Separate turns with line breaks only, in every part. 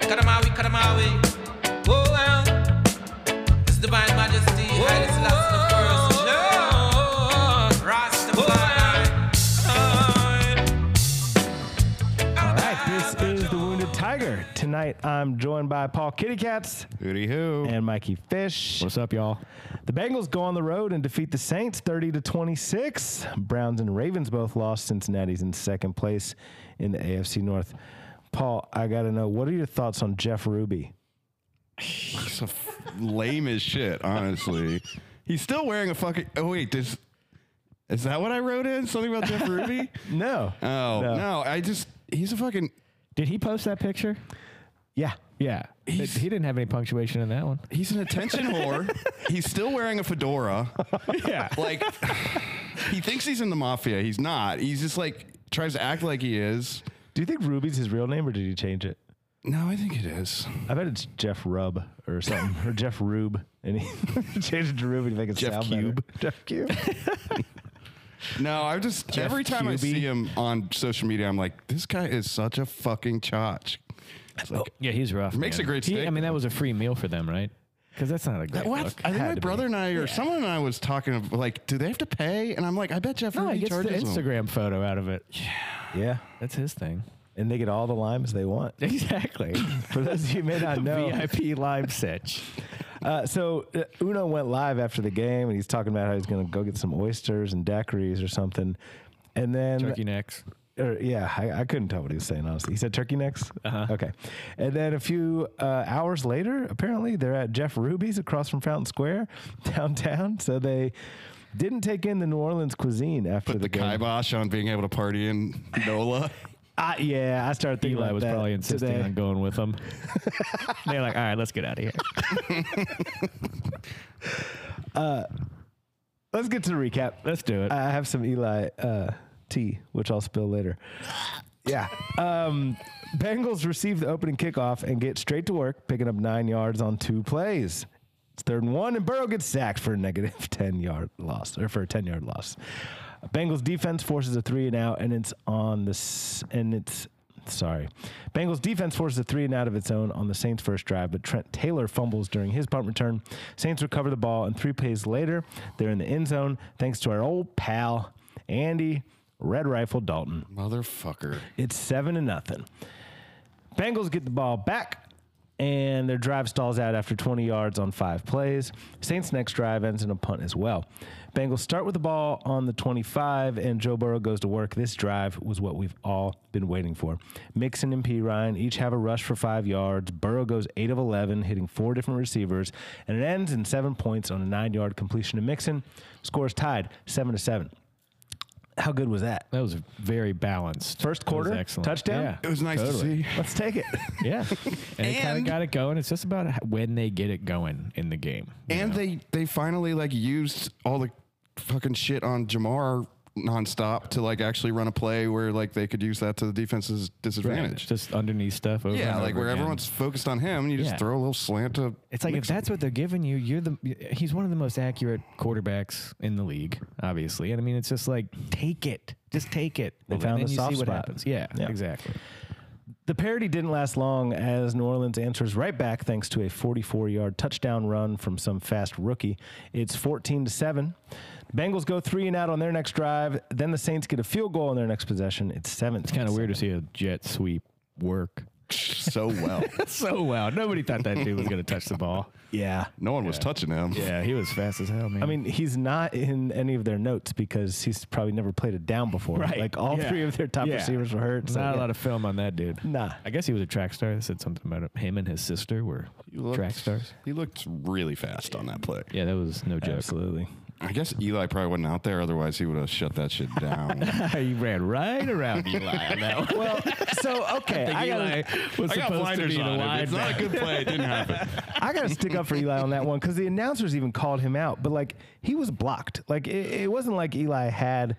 Karamawi, Karamawi. Oh, well. His Divine Majesty, Haile Selassie the First. oh, Lord, Rastafari.
All right, this is The Wounded Tiger. Tonight, I'm joined by Paul Kitty Cats
Hooty hoo.
and Mikey Fish.
What's up, y'all?
The Bengals go on the road and defeat the Saints 30 to 26. Browns and Ravens both lost. Cincinnati's in second place in the AFC North. Paul, I got to know what are your thoughts on Jeff Ruby?
He's a f- lame as shit, honestly. He's still wearing a fucking. Oh, wait. This, is that what I wrote in? Something about Jeff Ruby?
No.
Oh,
No.
no. I just. He's a fucking.
Did he post that picture?
Yeah.
Yeah. He
He's-
didn't have any punctuation in that one.
He's an attention whore. He's still wearing a fedora.
Yeah.
Like, he thinks he's in the mafia. He's not. He's just like, tries to act like he is.
Do you think Ruby's his real name or did he change it?
No, I think it is.
I bet it's Jeff Rub or something, or Jeff Rube. And he changed it to Ruby to make it
Jeff
sound
Cube.
better. Jeff Cube.
No, I just every time I
Cubey.
see him on social media, I'm like, this guy is such a fucking chotch. It's like,
Oh, Yeah, he's rough.
Makes
man.
a great
He- I
steak.
mean, that was a free meal for them, right? Because that's not a great
What?
look.
I think
Had
my
to be.
brother and I, or someone and I, was talking of like, do they have to pay? And I'm like, I bet Jeff
No, he
Ruby
gets the
charges them.
Instagram photo out of it.
yeah.
That's his thing.
And they get all the limes they want.
Exactly.
For those of you who may not know,
VIP lime sitch.
Uh, so uh, Uno went live after the game, and he's talking about how he's going to go get some oysters and daiquiris or something. And then,
Turkey necks.
or, yeah, I, I couldn't tell what he was saying honestly. He said turkey necks.
Uh-huh.
Okay, and then a few uh, hours later, apparently they're at Jeff Ruby's across from Fountain Square downtown. So they didn't take in the New Orleans cuisine after
Put
the,
the
game.
kibosh on being able to party in NOLA.
I, yeah, I started thinking
Eli
about
was
that
probably insisting
today.
on going with them. They're like, all right, let's get out of here.
Let's get to the recap.
Let's do it.
I I have some Eli uh, tea, which I'll spill later. Yeah. Um, Bengals receive the opening kickoff and get straight to work, picking up nine yards on two plays. It's third and one, and Burrow gets sacked for a negative 10 yard loss, or for a 10 yard loss. Bengals defense forces a three and out, and it's on the, s- and it's, sorry. Bengals defense forces a three and out of its own on the Saints' first drive, but Trent Taylor fumbles during his punt return. Saints recover the ball, and three plays later, they're in the end zone thanks to our old pal, Andy Red Rifle Dalton.
Motherfucker.
It's seven to nothing. Bengals get the ball back, and their drive stalls out after 20 yards on five plays. Saints' next drive ends in a punt as well. Bengals start with the ball on the 25, and Joe Burrow goes to work. This drive was what we've all been waiting for. Mixon and P. Ryan each have a rush for five yards. Burrow goes 8 of 11, hitting four different receivers, and it ends in seven points on a nine yard completion to Mixon. Scores tied 7 to 7. How good was that?
that was very balanced.
First
That was
quarter,
excellent.
touchdown?
Yeah.
It was nice to
Totally.
see.
Let's take it.
Yeah. And, it kind
And-
of got it going. It's just about h- when they get it going in the game. you
And
know?
they they finally like used all the fucking shit on Jamar nonstop to like actually run a play where like they could use that to the defense's disadvantage.
just underneath stuff. Over
Yeah,
and
like
over
where
again.
everyone's focused on him, you just
Yeah.
throw a little slant to.
It's like if that's what they're giving you, you're the he's one of the most accurate quarterbacks in the league, obviously. And I mean, it's just like take it, just take it.
They
And
found
then
the
you
soft
see what
spot.
happens. Yeah,
Yeah.
exactly.
The parity didn't last long as New Orleans answers right back thanks to a 44-yard touchdown run from some fast rookie. It's 14 to 7. Bengals go 3 and out on their next drive, then the Saints get a field goal on their next possession. It's 7.
Kind of weird to see a jet sweep work
so well.
so well. Nobody thought that dude was going to touch the ball.
Yeah.
No one was touching him.
Yeah, he was fast as hell, man.
I mean, he's not in any of their notes because he's probably never played a down before.
Right.
Like all
Yeah.
three of their top
Yeah.
receivers were hurt.
not
so,
a
yeah.
lot of film on that dude.
Nah.
I guess he was a track star. They said something about it. him and his sister were
He looked-
track stars.
He looked really fast on that play.
Yeah, that was no joke.
Absolutely.
I guess Eli probably wasn't out there, otherwise he would have shut that shit down.
he ran right around Eli on that one.
Well, so okay, I, gotta,
was
not a good play. It didn't happen.
I gotta stick up for Eli on that one because the announcers even called him out, but like he was blocked. Like it, it wasn't like Eli had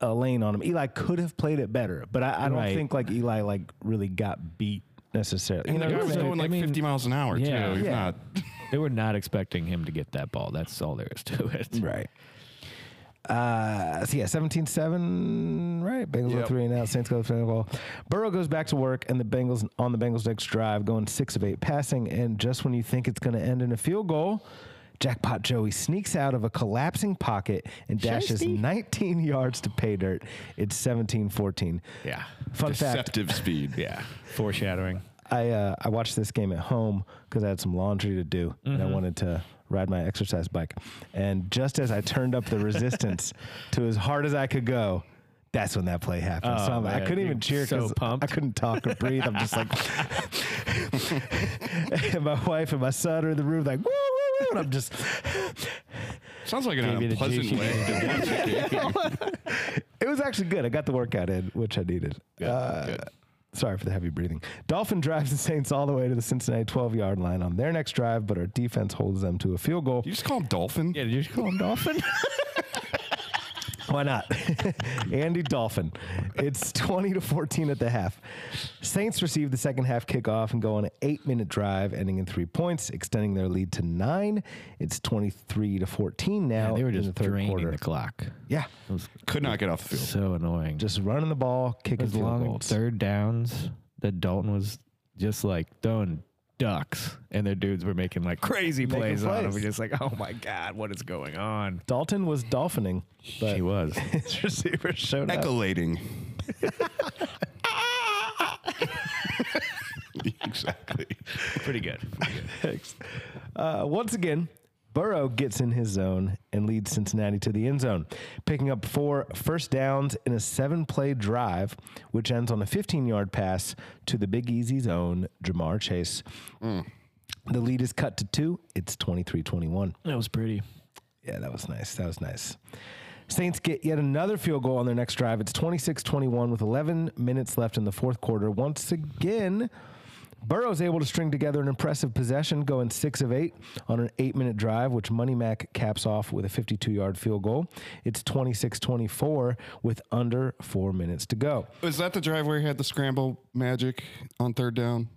a lane on him. Eli could have played it better, but I, I don't
Right.
think like Eli like really got beat necessarily. You
And the
know
guy
what I'm
was
saying?
going
I
like
mean,
50 miles an hour
yeah.
too. He's
Yeah.
not.
They were not expecting him to get that ball. That's all there is to it.
right. Uh, so yeah, 17-7, right? Bengals
Yep.
on three and out. Saints go to the ball. Burrow goes back to work, and the Bengals on the Bengals next drive, going six of eight passing, and just when you think it's going to end in a field goal, jackpot Joey sneaks out of a collapsing pocket and dashes 19 yards to pay dirt. It's 17-14.
Yeah.
Fun fact:
Deceptive speed.
Yeah. Foreshadowing.
I uh, I watched this game at home because I had some laundry to do and I
Mm-hmm.
wanted to ride my exercise bike. And just as I turned up the resistance to as hard as I could go, that's when that play happened. so
Oh,
I'm, I
man,
couldn't
you're
even cheer
so
because I
pumped.
couldn't talk or breathe. I'm just like, and my wife and my son are in the room like, woo, woo, woo. And I'm just,
Sounds like an
Gave you the
unpleasant
juicy
way to watch a game.
it was actually good. I got the workout in, which I needed. Uh,
Good.
Sorry for the heavy breathing. Dolphin drives the Saints all the way to the Cincinnati 12 yard line on their next drive, but our defense holds them to a field goal.
You just call him Dolphin?
Yeah, did you just call him Dolphin?
Why not? Andy Dolphin. It's 20 to 14 at the half. Saints receive the second half kickoff and go on an eight minute drive, ending in three points, extending their lead to nine. It's 23 to 14 now.
they were
in the
just
third
draining
quarter.
the clock.
yeah.
Could not get off the field.
So annoying.
Just running the ball, kicking
those
field
long
goals.
third downs that Dalton was just like throwing ducks, and their dudes were making like crazy
Making
plays, on him.
plays.
We're just like, oh my god, what is going on?
Dalton was dolphining, but
he was.
his receiver showed up.
Ecolating. exactly.
Pretty good.
Thanks. Uh, once again, Burrow gets in his zone and leads Cincinnati to the end zone, picking up four first downs in a seven play drive, which ends on a 15 yard pass to the Big Easy's own Jamar Chase. The lead is cut to two. It's 23 21.
That was pretty.
Yeah, that was nice. That was nice. Saints get yet another field goal on their next drive. It's 26 21 with 11 minutes left in the fourth quarter. Once again, Burrow's able to string together an impressive possession, going six of eight on an eight minute drive, which Money Mac caps off with a 52 yard field goal. It's 26 24 with under four minutes to go.
Was that the drive where he had the scramble magic on third down?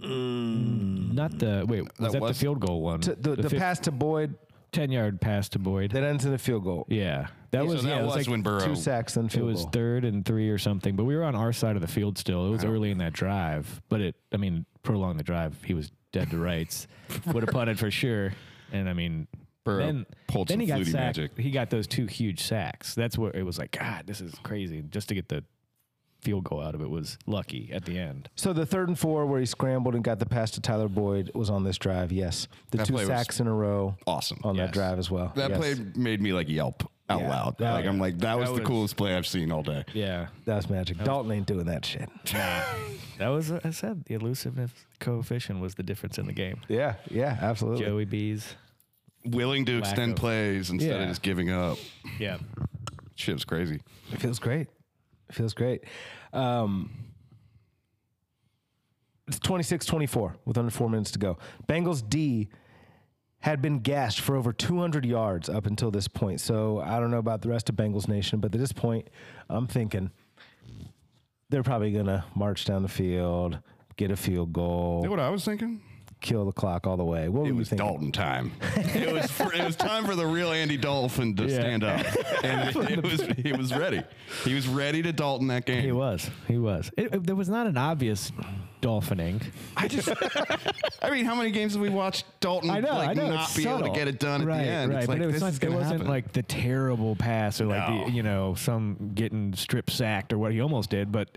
Mm.
Not the wait. Was that,
was-
the field goal one?
The, the, the
fif-
pass to Boyd
ten yard pass to Boyd.
that ends in a field goal.
yeah, that was
so that
yeah. it
was
was like
when Burrow.
Two sacks, then
it
field
was
goal.
third and three or something, but we were on our side of the field still. It was early in that drive, but it, I mean, prolonged the drive. He was dead to rights. Would have punted for sure. And I mean,
Burrow
then,
pulled
then
some
he got
Flutie
sacked.
magic.
He got those two huge sacks. That's where it was like, God, this is crazy. Just to get the field goal out of it was lucky at the end.
So the third and four where he scrambled and got the pass to Tyler Boyd was on this drive. Yes, the
That
two
play was
sacks in a row
Awesome.
on that
Yes.
drive as well.
That
Yes.
play made me like yelp out
Yeah.
loud.
Yeah.
like I'm like that was
That
the
was-
coolest play I've seen all day.
Yeah.
that was magic. Dalton ain't doing that shit.
That was, I said, the elusiveness coefficient was the difference in the game.
Yeah, yeah, absolutely.
Joey B's.
Willing to extend
of-
plays instead of
Yeah.
just giving up.
Yeah.
Shit was crazy.
It feels great. It feels great. Um, it's 26 24 with under four minutes to go. Bengals D had been gashed for over 200 yards up until this point. So I don't know about the rest of Bengals Nation, but at this point, I'm thinking they're probably going to march down the field, get a field
You
goal,
know what I was thinking?
kill the clock all the way. What
It
were you
was
thinking?
Dalton time. it was for, it was time for the real Andy Dolphin to stand up, and it, it was he was ready. He was ready to Dalton that game.
He was. He was. It, it- there was not an obvious dolphining.
I just, I mean, how many games have we watched Dalton
I know.
like
I know.
not
it's
be able
subtle.
to get it done
right,
at the end?
Right.
It's like
but it, was
this
not,
is
it
gonna
wasn't
happen.
like the terrible pass or like
No.
the you know some getting strip sacked or what he almost did, but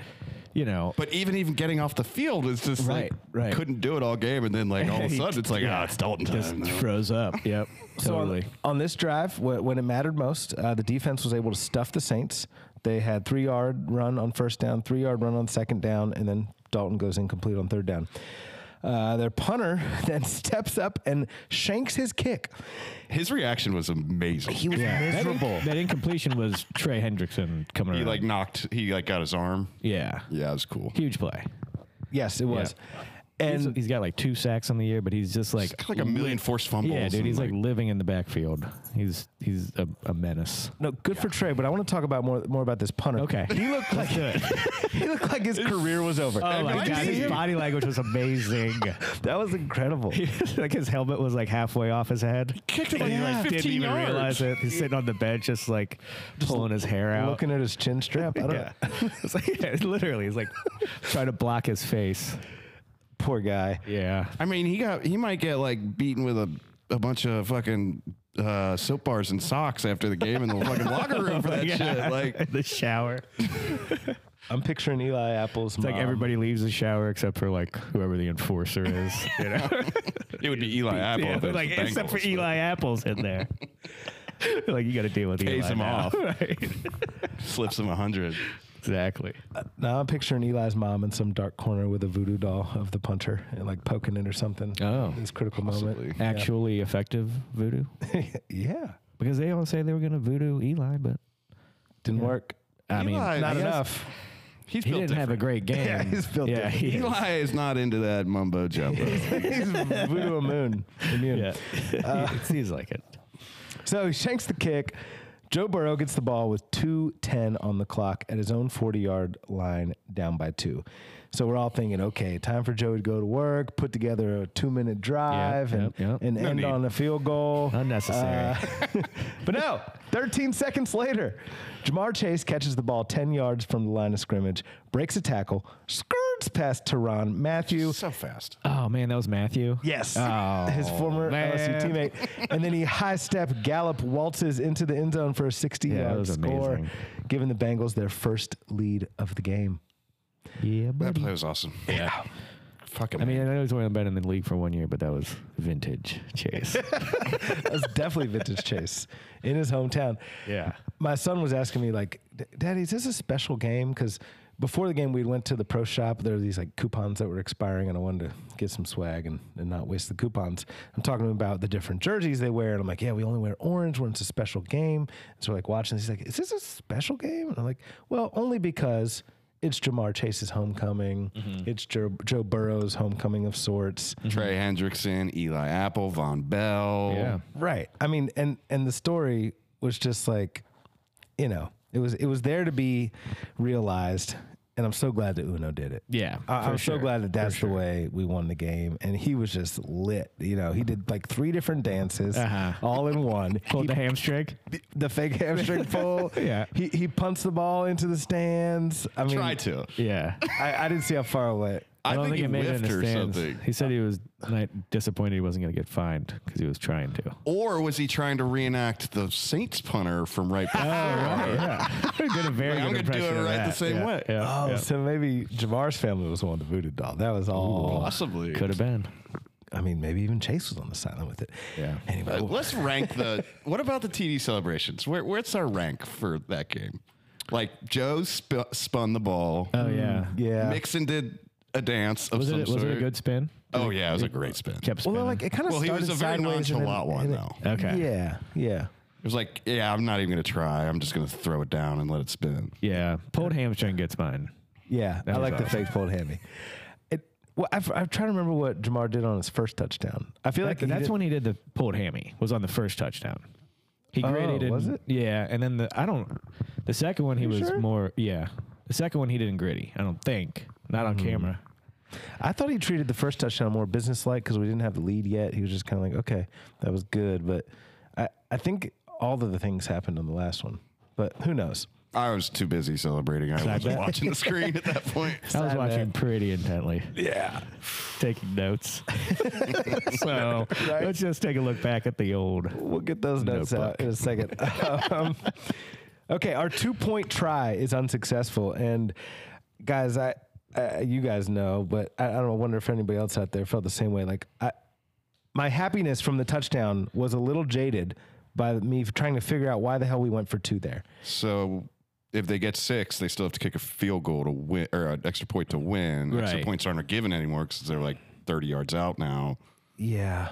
you know.
But even even getting off the field is just like
Right, right.
couldn't do it all game, and then like all of a
He-
sudden it's like ah,
yeah,
it's Dalton
just
time. though.
froze up. Yep.
So on-
totally.
on, this drive, wh- when it mattered most, uh, the defense was able to stuff the Saints. They had three yard run on first down, three yard run on second down, and then Dalton goes incomplete on third down. Uh, their punter then steps up and shanks his kick.
His reaction was amazing.
He
He,
was
that, in-
miserable.
that incompletion was Trey Hendrickson coming around.
like knocked. He like got his arm.
yeah.
Yeah, it was cool.
Huge play.
Yes, it was.
He's-
And
he's got like two sacks on the year, but he's just like
It's like a million forced fumbles.
yeah, dude.
and,
He's like, living in the backfield. He's he's a, a menace.
no, good for Trey, but I want to talk about more more about this punter.
Okay, he looked like it.
he looked like his career was over.
Oh my
Have you
god,
seen
his
him?
body language was amazing.
That was incredible.
like his helmet was like halfway off his head.
kicked it like,
He like
15
didn't even
yards.
realize it. He's sitting on the bench, just like pulling his hair out.
Looking at his chin strap, I don't
yeah, it's like yeah, literally, he's like trying to block his face.
poor guy.
Yeah,
I mean, he got he might get like beaten with a, a bunch of fucking uh, soap bars and socks after the game in the fucking locker room for that shit. Like,
the shower.
I'm picturing Eli Apple's
It's like
mom.
everybody leaves the shower except for like whoever the enforcer is. You know,
it would be Eli Apple.
Yeah,
if it was
like
the
except for
Bengals, but
Eli Apple's in there. like you got to deal with
Pays
Eli
him
now,
off.
right?
slips him a hundred.
Exactly.
Now I'm picturing Eli's mom in some dark corner with a voodoo doll of the punter and like poking it or something.
Oh.
in this critical moment.
Actually effective voodoo
yeah,
because they all say they were going to voodoo Eli, but
didn't work.
I mean,
Eli,
Not
he has-
enough.
He's
he
built
didn't have a
different.
great game.
Yeah, he's built
Yeah,
different.
he is.
Eli is not into that mumbo jumbo.
He's voodoo moon immune.
Yeah,
Uh,
it seems like it.
So he shanks the kick. Joe Burrow gets the ball with 2.10 on the clock at his own 40 yard line, down by two. So we're all thinking, okay, time for Joey to go to work, put together a two minute drive,
Yep,
and,
yep, yep.
and
No
end
need.
on a field goal. Uh,
Unnecessary.
But no, 13 seconds later, Jamar Chase catches the ball 10 yards from the line of scrimmage, breaks a tackle, skirts past Teron Matthew.
so fast.
oh man, that was Matthew.
Yes.
Oh,
His former LSU
man.
teammate. And then he high step gallop waltzes into the end zone for a 60
Yeah, that
yard
was
score,
amazing.
giving the Bengals their first lead of the game.
Yeah,
That
buddy.
play was awesome. Yeah. Fucking.
I mean, I know he's only been in the league for one year, but that was vintage Chase.
That was definitely vintage Chase in his hometown.
yeah.
My son was asking me, like, "D- Daddy, is this a special game? Because before the game, we went to the pro shop. There were these like coupons that were expiring, and I wanted to get some swag and, and not waste the coupons. I'm talking about the different jerseys they wear, and I'm like, yeah, we only wear orange when it's a special game. And so we're like watching this. He's like, is this a special game? And I'm like, well, only because it's Jamar Chase's homecoming. It's Joe, Joe Burrow's homecoming of sorts.
Mm-hmm.
Trey Hendrickson, Eli Apple, Von Bell.
Yeah.
Right. I mean, and and the story was just like, you know, it was it was there to be realized, and I'm so glad that Uno did it.
Yeah,
I, I'm
for
so
sure,
glad that
for
that's
sure.
the way we won the game, and he was just lit. You know, he did like three different dances,
Uh-huh.
all in one.
Pulled
He-
the hamstring.
the, fake hamstring pull.
Yeah.
He he punts the ball into the stands. I mean,
Try to.
Yeah.
I, I didn't see how far away.
I, think, he whiffed or
stands.
something.
He said he was ni- disappointed he wasn't going to get fined because he was trying to.
Or was he trying to reenact the Saints punter from right before?
Oh. yeah. did a very
Like, I'm
good
gonna do
impression
it
of
right the
that.
same
Yeah,
way.
Yeah.
Oh, so maybe Jamar's family was one of the voodoo doll. That was all.
Possibly.
Could have been.
I mean, maybe even Chase was on the sideline with it.
Yeah.
Anyway,
Uh,
we'll-
let's rank the. What about the TD celebrations? Where, where's our rank for that game? Like Joe sp- spun the ball.
Oh yeah.
yeah.
Mixon did a dance of
Was
some
it?
sort.
Was it a good spin?
oh yeah, it was a great spin.
Kept
well,
spinning.
like it kind of.
Well, he was a very nonchalant one though. It
okay.
Yeah. Yeah.
was like, yeah, I'm not even gonna try. I'm just gonna throw it down and let it spin.
Yeah. Pulled hamstring gets mine.
Yeah. I
was
like the
awesome.
fake pulled hammy. It, well, I, I'm trying to remember what Jamar did on his first touchdown. I feel like
That-
he
that's
did-
when he did the pulled hammy. Was on the first touchdown. He
Oh,
graded. in-
was it?
Yeah, and then the I don't. The second one he was
sure?
more. Yeah, the second one he didn't gritty. I don't think. Not
Hmm.
on camera.
I thought he treated the first touchdown more businesslike because we didn't have the lead yet. He was just kind of like, okay, that was good, but I, I think all of the things happened on the last one, but who knows?
I was too busy celebrating. I wasn't
bet.
watching the screen at that point.
I was
Sad
watching
that-
pretty intently.
Yeah.
taking notes. so let's just take a look back at the old.
We'll get those notes out
Notebook.
in a second. um, okay, our two point try is unsuccessful, and guys, I, uh, you guys know, but I, I don't know, wonder if anybody else out there felt the same way. Like, I, my happiness from the touchdown was a little jaded by me trying to figure out why the hell we went for two there.
So if they get six, they still have to kick a field goal to win or an extra point to win. Extra
Right.
points aren't given anymore because they're like 30 yards out now.
Yeah,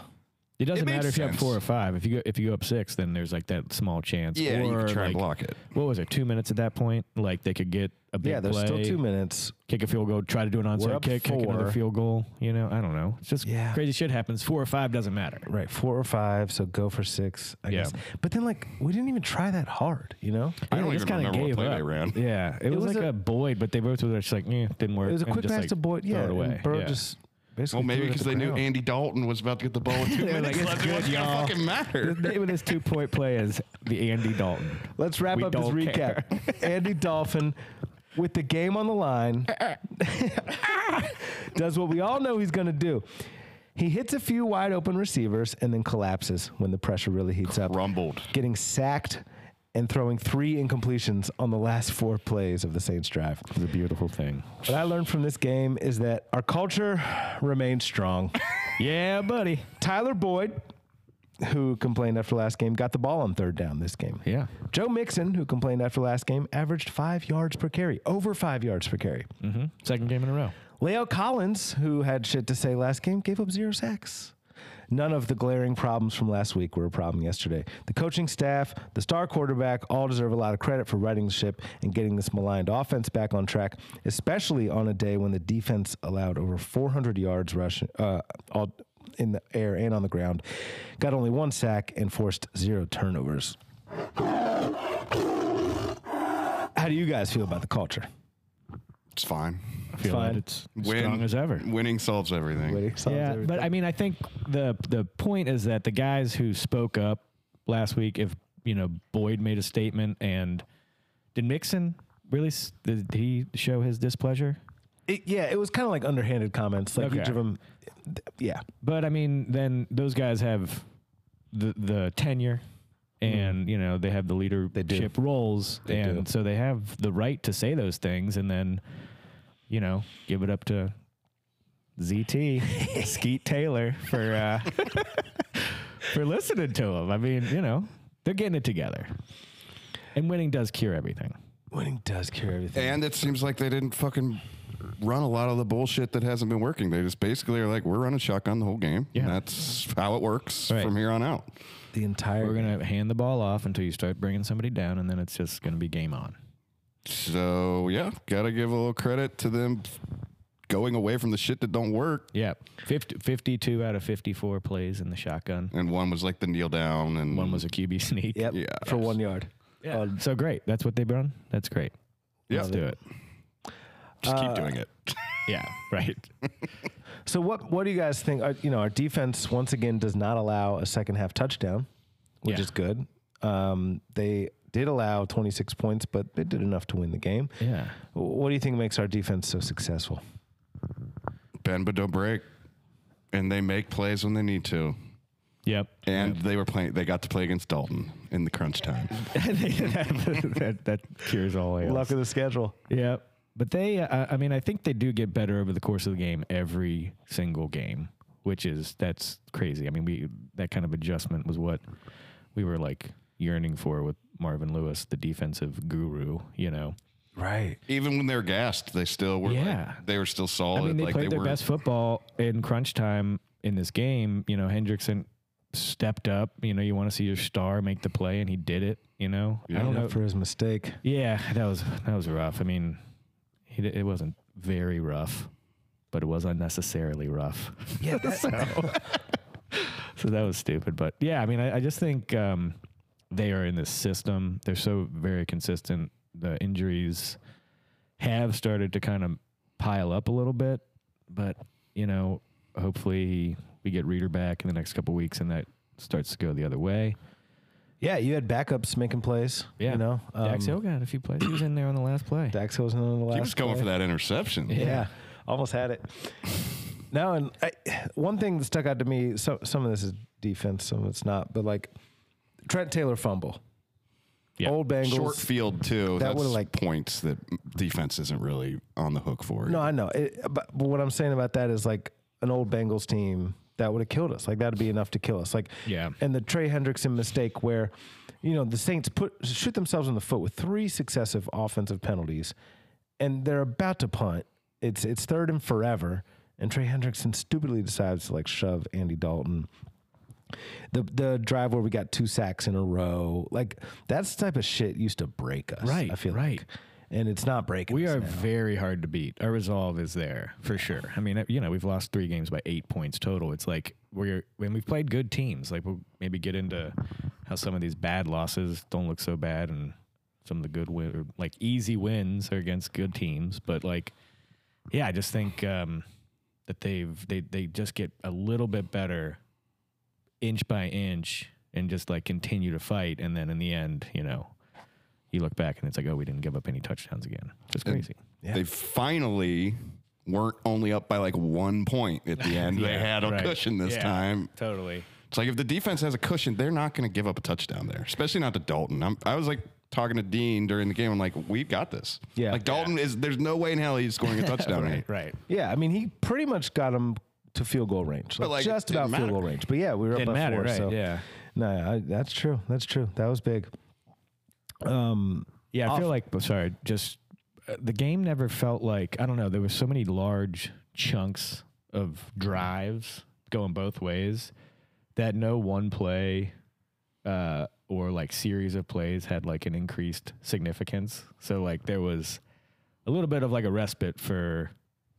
It doesn't
makes
matter if you have
sense.
four or five. If you go if you go up six, then there's like that small chance.
Yeah, you
or
can try and
like,
block it.
What was it? Two minutes at that point. Like they could get a big
Yeah, there's
play,
still two minutes.
kick a field goal, try to do an
We're
onside
up
kick, kick another
four.
field goal. You know, I don't know. It's just
Yeah.
crazy shit happens. Four or five doesn't matter.
Right, four or five, so go for six, I
Yeah.
guess. But then, like, we didn't even try that hard, you know?
I don't
they
even
just kinda
remember what
gave
play
up.
they ran.
Yeah, it, was,
was
like
a-
a, Boyd, but they both were just like, eh, didn't work.
It was a
and
quick
just,
pass
like,
to Boyd. Yeah,
throw it
and
away.
Burrow
yeah.
just basically.
Well, maybe
threw it at
because
the
they knew
ground.
Andy Dalton was about to get the ball in two
They're like,
minutes
"It's
left.
good,
What's going to
y'all."
fucking matter?
The name of this two point play is the Andy Dalton.
Let's wrap
We
up this
don't
recap. Andy Dolphin, with the game on the line, does what we all know he's going to do. He hits a few wide open receivers and then collapses when the pressure really heats up.
Rumbled.
Getting sacked and throwing three incompletions on the last four plays of the Saints drive.
It's a beautiful thing.
What I learned from this game is that our culture remains strong.
Yeah, buddy.
Tyler Boyd, who complained after last game, got the ball on third down this game.
Yeah.
Joe Mixon, who complained after last game, averaged five yards per carry, over five yards per carry.
Second game in a row.
Leo Collins, who had shit to say last game, gave up zero sacks. None of the glaring problems from last week were a problem yesterday. The coaching staff, the star quarterback, all deserve a lot of credit for righting the ship and getting this maligned offense back on track, especially on a day when the defense allowed over 400 yards rushing uh, all in the air and on the ground, got only one sack and forced zero turnovers. How do you guys feel about the culture?
It's fine.
I feel
Fine.
that it's strong as ever.
Winning solves everything.
Wait, solves
yeah,
everything.
but I mean, I think the the point is that the guys who spoke up last week, if you know Boyd made a statement, and did Mixon really s- did he show his displeasure?
It, yeah, it was kind of like underhanded comments. Like each
Okay.
of them, yeah,
But I mean, then those guys have the the tenure, and you know they have the
Mm-hmm. do.
leadership roles,
They
and
do.
so they have the right to say those things, and then you know give it up to ZT Skeet Taylor for uh, for listening to them. I mean, you know they're getting it together, and winning does cure everything.
winning does cure everything.
And it seems like they didn't fucking run a lot of the bullshit that hasn't been working. They just basically are like, we're running shotgun the whole game.
Yeah.
That's how it works
Right.
from here on out.
the entire
We're gonna hand the ball off until you start bringing somebody down, and then it's just gonna be game on.
So, yeah, got to give a little credit to them going away from the shit that don't work.
Yeah, 50, 52 out of 54 plays in the shotgun.
And one was like the kneel down, and
One was a QB sneak.
yep
Yeah.
for one yard.
Yeah. so great. That's what they've done. That's great.
Yeah. Uh,
Let's do it.
just keep doing it.
Yeah. Right.
So what what do you guys think? Our, you know, our defense once again does not allow a second half touchdown, which
Yeah.
is good. Um, they did allow 26 points, but they did enough to win the game.
yeah.
Wh- What do you think makes our defense so successful?
Bend but don't break. And they make plays when they need to.
Yep.
And they were playing. They got to play against Dalton in the crunch time.
that, that, that cures all else.
Luck of the schedule.
Yep. But they, uh, I mean, I think they do get better over the course of the game every single game, which is that's crazy. I mean, we that kind of adjustment was what we were like yearning for with Marvin Lewis, the defensive guru. You know,
Right.
Even when they were gassed, they still were. like-
Yeah.
they were still
I
solid.
mean, they
like
played
they
their
were
best football in crunch time in this game. You know, Hendrickson stepped up. You know, you want to see your star make the play, and he did it. You know, I don't know.
Enough for his mistake.
yeah, that was that was rough. I mean, he, di- it wasn't very rough, but it was unnecessarily rough.
Yeah, that's
So that was stupid. But yeah, I mean, I, I just think um, they are in this system. They're so very consistent. The injuries have started to kind of pile up a little bit, but you know, hopefully we get Reader back in the next couple weeks, and that starts to go the other way.
yeah. You had backups making plays.
Yeah,
you know, Um,
Dax Hill got a few plays. He was in there on the last play.
Dax Hill's another last.
He was going
play.
for that interception.
Yeah. almost had it. No, and I, one thing that stuck out to me. So, some of this is defense, some of it's not. But like Trent Taylor fumble,
Yeah.
old Bengals.
Short field too.
That
That's
would've, like-
points that defense isn't really on the hook for.
no, I know. It, but, but what I'm saying about that is like an old Bengals team that would have killed us. Like that'd be enough to kill us. Like
Yeah.
And the Trey Hendrickson mistake where, you know, the Saints put shoot themselves in the foot with three successive offensive penalties, and they're about to punt. It's it's third and forever, and Trey Hendrickson stupidly decides to like shove Andy Dalton the the drive where we got two sacks in a row. Like that's the type of shit used to break us.
Right,
I feel
right.
like. And it's not breaking.
We
us
are
now.
very hard to beat. Our resolve is there for sure. I mean, you know, we've lost three games by eight points total. It's like we're when we've played good teams. Like we'll maybe get into how some of these bad losses don't look so bad, and some of the good win, or like easy wins are against good teams. But like, yeah, I just think um, that they've they they just get a little bit better, inch by inch, and just like continue to fight, and then in the end, you know. You look back and it's like, oh, we didn't give up any touchdowns again. It's crazy.
They finally weren't only up by like one point at the end. they
Yeah,
had a
right.
cushion this
Yeah,
time.
Totally.
It's like if the defense has a cushion, they're not going to give up a touchdown there, especially not to Dalton. I'm, I was like talking to Dean during the game. I'm like, we've got this.
Yeah.
Like Dalton is, there's no way in hell he's scoring a touchdown. right.
Right.
Yeah, I mean, he pretty much got him to field goal range, like,
like, it
just
didn't
about field
matter.
goal range. But yeah, we were up
Didn't
by
matter,
four.
right,
So
yeah.
no, I, that's true. That's true. That was big.
Yeah, I feel like but sorry, just uh, the game never felt like I don't know. There was so many large chunks of drives going both ways that no one play uh, or like series of plays had like an increased significance. So like there was a little bit of like a respite for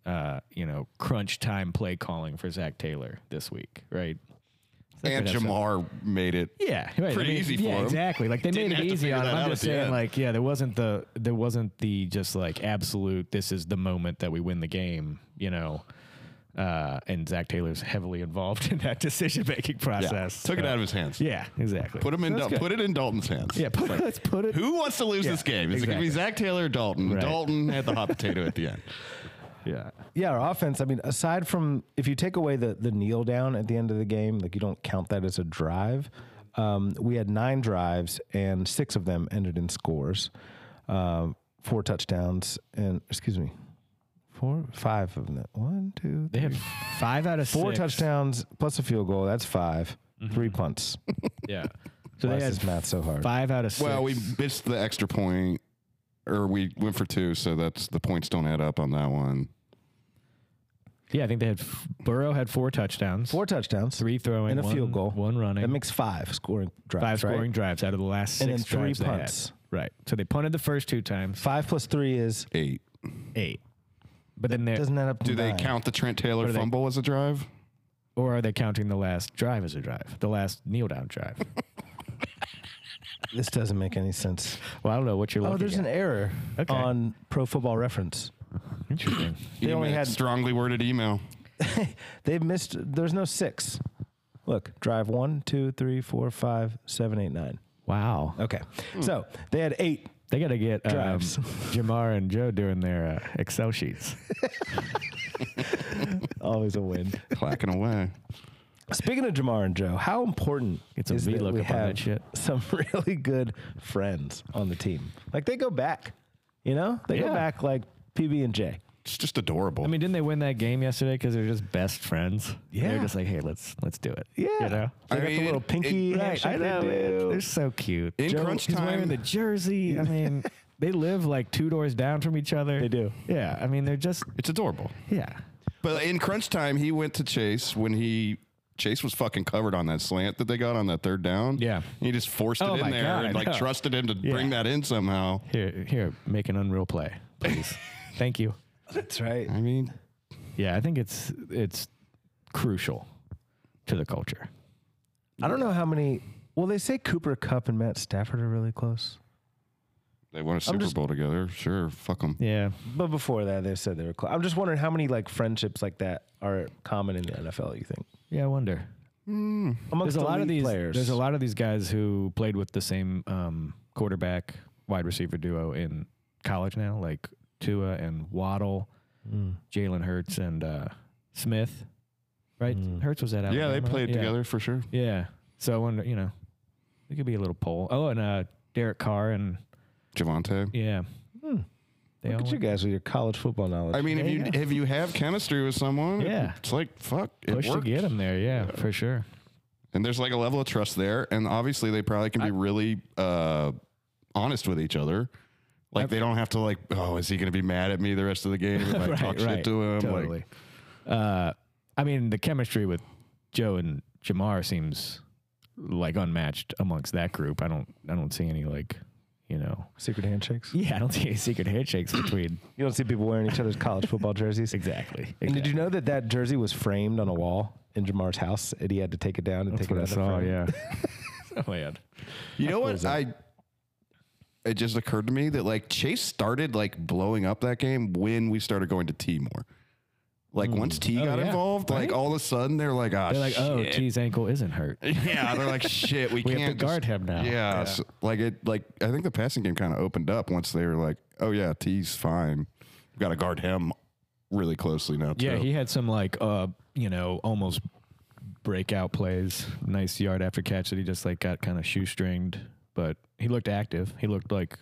uh, you know crunch time play calling for Zach Taylor this week, right? So that
And
could have some-
Jamar made it.
Yeah, right.
Pretty easy for
yeah,
him.
exactly. Like they
Didn't
made it
have to
easy
figure
on him.
that out
I'm
at
just
the
saying,
end.
like, yeah, there wasn't the there wasn't the just like absolute. This is the moment that we win the game, you know. Uh, and Zach Taylor's heavily involved in that decision making
Yeah.
process.
Took it
So-
out of his hands.
Yeah, exactly.
Put him in.
That's
Dal-
good.
put it in Dalton's hands.
yeah, put, let's put it.
Who wants to lose
Yeah,
this game? Is it going to
exactly.
be Zach Taylor or Dalton?
Right.
Dalton had the hot potato at the end.
Yeah,
Yeah, our offense. I mean, aside from if you take away the the kneel down at the end of the game, like you don't count that as a drive. Um, we had nine drives, and six of them ended in scores, um, four touchdowns, and excuse me, four, five of them. One, two,
they had five out of
four
six.
touchdowns plus a field goal. That's 5 Three punts.
Yeah, Mm-hmm. so
Why
they
is
had
this math so hard?
five out of six.
Well, we missed the extra point, or we went for two, so that's the points don't add up on that one.
yeah, I think they had f- Burrow had four touchdowns,
Four touchdowns,
three throwing,
and a
one,
field goal,
one running.
That makes five scoring drives.
five scoring
right?
drives out of the last six
And then three
drives they had.
punts.
Right. So they punted the first two times,
Five plus three is
Eight.
eight. But then they
doesn't add up. To
Do they
nine.
count the Trent Taylor
do they-
fumble as a drive?
or are they counting the last drive as a drive? The last kneel down drive.
This doesn't make any sense.
well, I don't know what you're
Oh,
looking
there's
at.
an error
Okay.
on Pro Football Reference.
Interesting.
They only
Email-
had-
strongly worded email.
They've missed. There's no six. Look, drive one, two, three, four, five, seven, eight, nine.
wow.
Okay,
Hmm.
so they had eight.
They got to get um,
Drives.
Jamar and Joe doing their uh, Excel sheets.
Always a win.
clacking away.
Speaking of Jamar and Joe, how important
It's a
is that
VLOOKUP
we
on that
have
shit.
some really good friends on the team? Like they go back, you know, they go
Yeah.
back like PB and J.
It's just adorable.
I mean, didn't they win that game yesterday because they're just best friends?
Yeah.
They're just like, hey, let's let's do it.
Yeah.
You know?
They
I
got the
mean,
little
it-
pinky.
it-
handshake they do.
They're so cute.
in crunch
He's wearing
time,
the jersey. I mean, they live like two doors down from each other.
They do.
Yeah. I mean, they're just,
it's adorable.
yeah.
But in crunch time, he went to Chase when he Chase was fucking covered on that slant that they got on that third down.
Yeah.
And he just forced it
Oh
in
my
there
God,
and like
no.
trusted him to bring that in somehow.
Here, here, make an unreal play, please. Thank you.
That's right.
I mean,
Yeah, I think it's it's crucial to the culture.
I don't know how many. Well, they say Cooper Cup and Matt Stafford are really close,
they won a Super
just-
Bowl together. Sure, fuck them.
Yeah.
but before that, they said they were close. I'm just wondering how many like friendships like that are common in the NFL. You think
Yeah, I wonder.
amongst
There's a lot of
elite
these
players?
there's a lot of these guys who played with the same um, quarterback wide receiver duo in college now, like Tua and Waddle, Hmm. Jalen Hurts and uh, Smith. Right? Hurts was at
Yeah,
Alabama.
they played
Yeah.
together for sure.
Yeah. So I wonder, you know, it could be a little poll. Oh, and uh, Derek Carr and
Javante.
yeah. Hmm. They
Look at
all
you
went-
guys with your college football knowledge.
I mean, if
There
you
you
if you have chemistry with someone, it-
Yeah.
it's like fuck, it
push to
worked.
get him there. Yeah, for sure.
And there's like a level of trust there, and obviously they probably can be really uh, honest with each other. Like they don't have to like, oh, is he going to be mad at me the rest of the game? If I talk shit to him,
Totally.
like
uh, I mean, the chemistry with Joe and Jamar seems like unmatched amongst that group. I don't I don't see any like you know
Secret handshakes.
yeah I don't see any secret handshakes between
You don't see people wearing each other's college football jerseys.
exactly.
And did you know that that jersey was framed on a wall in Jamar's house, and he had to take it down and
That's
take it
what I
out of
saw.
frame?
Yeah. oh man.
You know what? I it just occurred to me that like Chase started like blowing up that game when we started going to T more. Like once T got
Mm. Oh, yeah.
involved, like all of a sudden they're like, ah,
They're like, oh,
shit."
geez, ankle isn't hurt.
yeah, they're like, shit, we,
We have
can't
to guard him now.
Yeah, so, like it, like I think the passing game kind of opened up once they were like, oh yeah, T's fine. We've got to guard him really closely now. Too.
Yeah, he had some like uh, you know, almost breakout plays. Nice yard after catch that he just like got kind of shoestringed, but he looked active. He looked like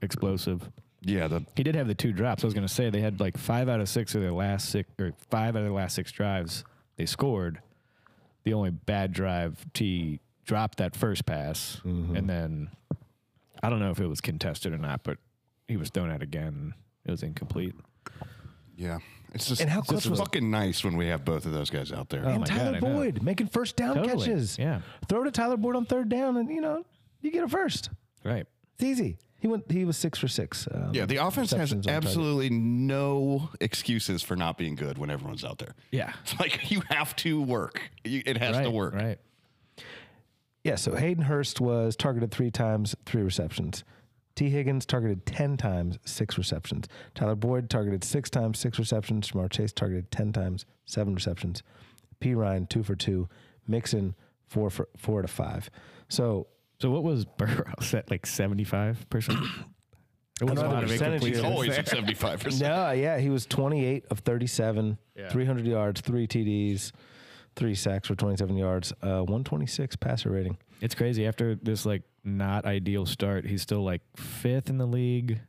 explosive.
yeah, the
He did have the two drops. I was gonna say they had like five out of six of their last six or five out of their last six drives they scored. The only bad drive T dropped that first pass,
Mm-hmm.
and then I don't know if it was contested or not, but he was thrown out again. It was incomplete.
yeah, it's just
And how
it's
close
just
was-
fucking nice when we have both of those guys out there.
Oh
And
my God,
Tyler
I know.
Boyd making first down
Totally,
catches.
yeah.
Throw to Tyler Boyd on third down, and you know you get a first.
Right.
It's easy. He went. He was six for six. Um,
Yeah, the offense has
receptions on target.
absolutely no excuses for not being good when everyone's out there.
Yeah.
It's like you have to work. You, it has
right,
to work.
Right.
Yeah, so Hayden Hurst was targeted three times, three receptions. T. Higgins targeted 10 times, six receptions. Tyler Boyd targeted six times, six receptions. Jamar Chase targeted 10 times, seven receptions. P. Ryan, two for two. Mixon, four for four to five. So
So what was Burrow's at like seventy five percent? It was
know the percentage
He's
Yeah.
always at seventy five percent.
No, yeah, he was 28 of 37,
Yeah.
300 yards, three TDs, three sacks for 27 yards, uh, 126 passer rating.
It's crazy. After this like not ideal start, he's still like fifth in the league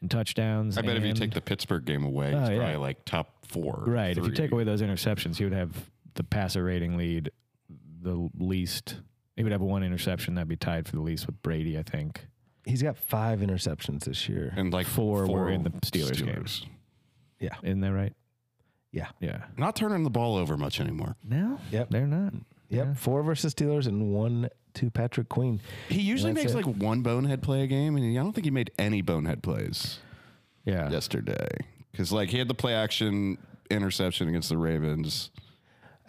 in touchdowns.
I bet if you
and-
take the Pittsburgh game away,
Oh,
he's
yeah.
probably like top four. or
right, if you
three.
take away those interceptions, he would have the passer rating lead, the least. He would have one interception that'd be tied for the least with Brady, I think.
He's got five interceptions this year.
and like
Four were in the Steelers
Yeah.
Isn't that right?
Yeah.
Yeah.
Not turning the ball over much anymore.
No.
Yep.
They're not.
Yep,
Yeah.
four versus Steelers and one to Patrick Queen.
He usually
That's
makes
it.
like one bonehead play a game, and I don't think he made any bonehead plays
Yeah.
yesterday. Because like he had the play action interception against the Ravens.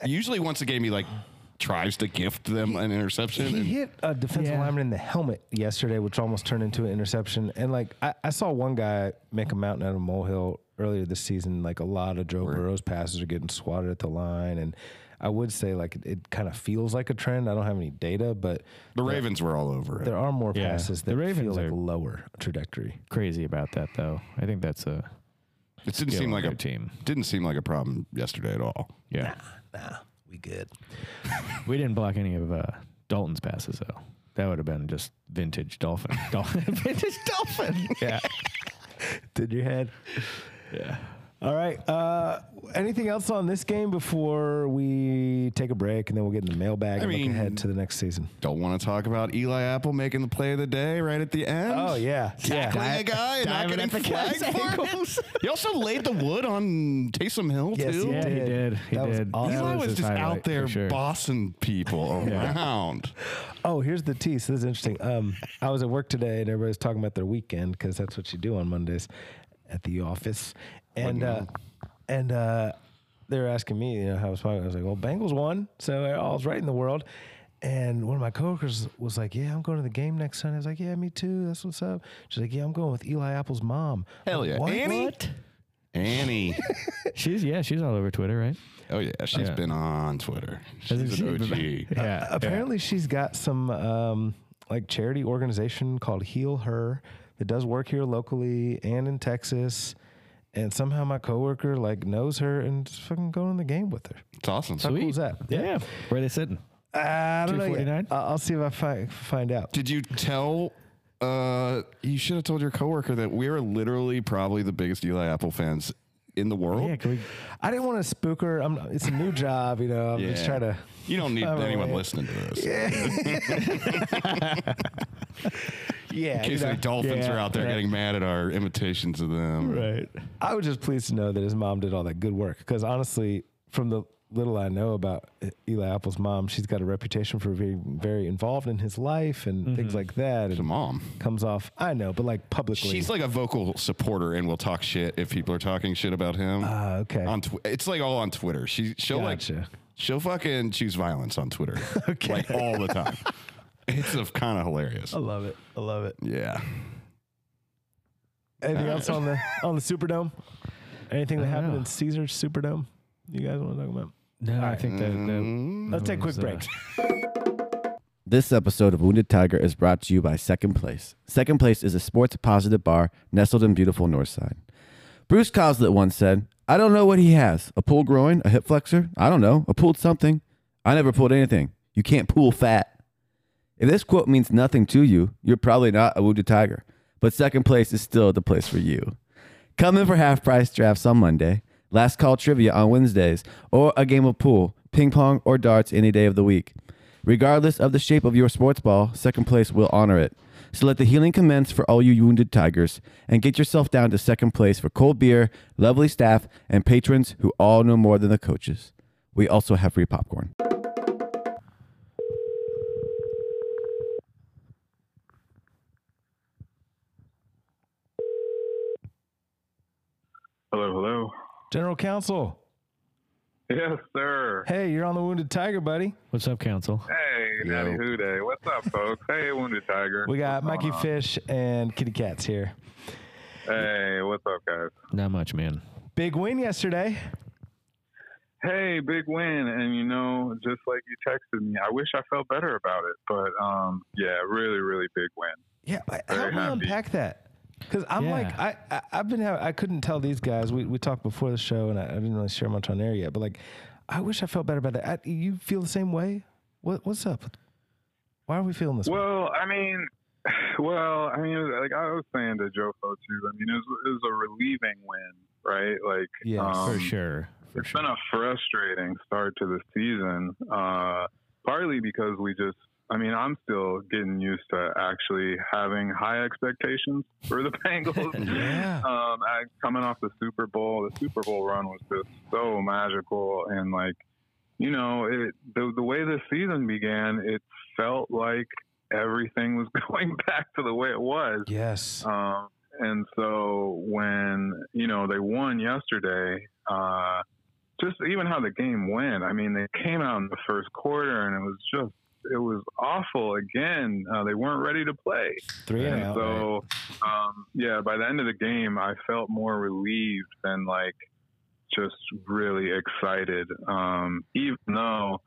Usually, once a game, he like tries to gift them an interception.
He
and-
hit a defensive
Yeah.
lineman in the helmet yesterday, which almost turned into an interception. And like I, I saw one guy make a mountain out of a molehill earlier this season. Like a lot of Joe Burrow's passes are getting swatted at the line, and I would say like it, it kind of feels like a trend. I don't have any data, but
The Ravens were all over it.
there are more
Yeah.
passes that
The
feel
Ravens
like
are-
lower trajectory.
Crazy about that though. I think that's a
It didn't
skill
seem
on
like
their
a
team.
Didn't seem like a problem yesterday at all.
Yeah.
Nah, we good.
We didn't block any of uh, Dalton's passes though. That would have been just vintage Dolphin. Dolphin vintage Dolphin. Yeah.
Did your head?
Yeah.
All right. Uh, anything else on this game before we take a break and then we'll get in the mailbag and
mean-
look ahead to the next season?
Don't want to talk about Eli Apple making the play of the day right at the end.
Oh yeah, yeah.
Tackling a guy and not
diving
getting
at the
flagged
guy's
for it. He also laid the wood on Taysom Hill
Yes,
too.
he
Yeah, he
did.
did. He
That was
did.
awesome.
Eli
That
was,
his
just
highlight
out
for
there
sure.
bossing people around.
Oh, here's the tea. So this is interesting. Um, I was at work today and everybody's talking about their weekend because that's what you do on Mondays at the office, and uh, and uh, they were asking me, you know, how was my? I was like, well, Bengals won, so all's right in the world. And one of my coworkers was like, "Yeah, I'm going to the game next Sunday." I was like, "Yeah, me too. That's what's up." She's like, "Yeah, I'm going with Eli Apple's mom." I'm
Hell
like,
yeah.
"What?
Annie?
What?
Annie.
She's yeah, she's all over Twitter, right?
Oh yeah, she's
Yeah.
been on Twitter.
Isn't
She's an
she?
OG.
Yeah.
Apparently, she's got some um, like charity organization called Heal Her that does work here locally and in Texas. And somehow my coworker like knows her and just fucking going to the game with her.
It's awesome.
How
Sweet.
cool is that?
Yeah. Where are they sitting?
I don't know. yet.
249?
I- I'll see if I fi- find out.
Did you tell? Uh, you should have told your coworker that we are literally probably the biggest Eli Apple fans in the
Oh.
world.
Yeah, can we
I didn't want to spook her. I'm, it's a new job, you know. I'm just
Yeah.
trying to.
You don't need
I'm
anyone
aware.
listening to this.
Yeah.
In case
you know.
any dolphins
Yeah,
are out there
right.
getting mad at our imitations of them.
Right.
I was just pleased to know that his mom did all that good work because honestly, from the little I know about uh, Eli Apple's mom, she's got a reputation for being very involved in his life and things
Mm-hmm.
like that.
The
And
mom.
comes off, I know, but like publicly.
She's like a vocal supporter and will talk shit if people are talking shit about him.
Ah, okay.
on tw- it's like all on Twitter. She she'll like
Gotcha.
she'll fucking choose violence on Twitter. Like all the time. it's kind of hilarious.
I love it. I love it.
Yeah. Uh,
Anything else on the on the Superdome? Anything that
I don't
happened
know.
in Caesar's Superdome? You guys want to talk about?
No, I think that.
Mm-hmm.
Mm-hmm.
Let's take a quick break.
This episode of Wounded Tiger is brought to you by Second Place. Second Place is a sports positive bar nestled in beautiful Northside. Bruce Coslet once said, I don't know what he has a pulled groin, a hip flexor, I don't know, a pulled something. I never pulled anything. You can't pull fat. If this quote means nothing to you, you're probably not a Wounded Tiger, but Second Place is still the place for you. Come in for half price drafts on Monday, last call trivia on Wednesdays, or a game of pool, ping pong, or darts any day of the week. Regardless of the shape of your sports ball, Second Place will honor it. So let the healing commence for all you wounded tigers and get yourself down to Second Place for cold beer, lovely staff, and patrons who all know more than the coaches. We also have free popcorn.
Hello, hello.
General Counsel.
Yes, sir.
Hey, you're on the Wounded Tiger, buddy.
What's up, Council?
Hey, Natty
Yo.
Who Day. What's up, folks? Hey, Wounded Tiger.
We got
What's
Mikey
going on?
Fish and Kitty Cats here.
Hey, what's up, guys?
Not much, man.
Big win yesterday.
Hey, big win. And you know, just like you texted me, I wish I felt better about it. But um, yeah, really, really big win.
Yeah, I- how do
Very
we
happy.
unpack that? Because I'm
Yeah.
like, I, I I've been having, I couldn't tell these guys. We we talked before the show, and I, I didn't really share much on air yet. But like, I wish I felt better about that. I, you feel the same way? What what's up? Why are we feeling this? way?
Well, I mean, well, I mean, like I was saying to Joe Fo too. I mean, it was, it was a relieving win, right? Like,
Yes,
um,
for sure. For
It's
sure.
been a frustrating start to the season, uh, partly because we just, I mean, I'm still getting used to actually having high expectations for the Bengals.
Yeah.
Um, I, coming off the Super Bowl, the Super Bowl run was just so magical. And, like, you know, it, the, the way the season began, it felt like everything was going back to the way it was.
yes.
Um, and so when you know they won yesterday, uh, just even how the game went. I mean, they came out in the first quarter, and it was just it was awful. Again, uh, they weren't ready to play.
Three and
And
out.
so, um, yeah, by the end of the game, I felt more relieved than like just really excited. Um, even though,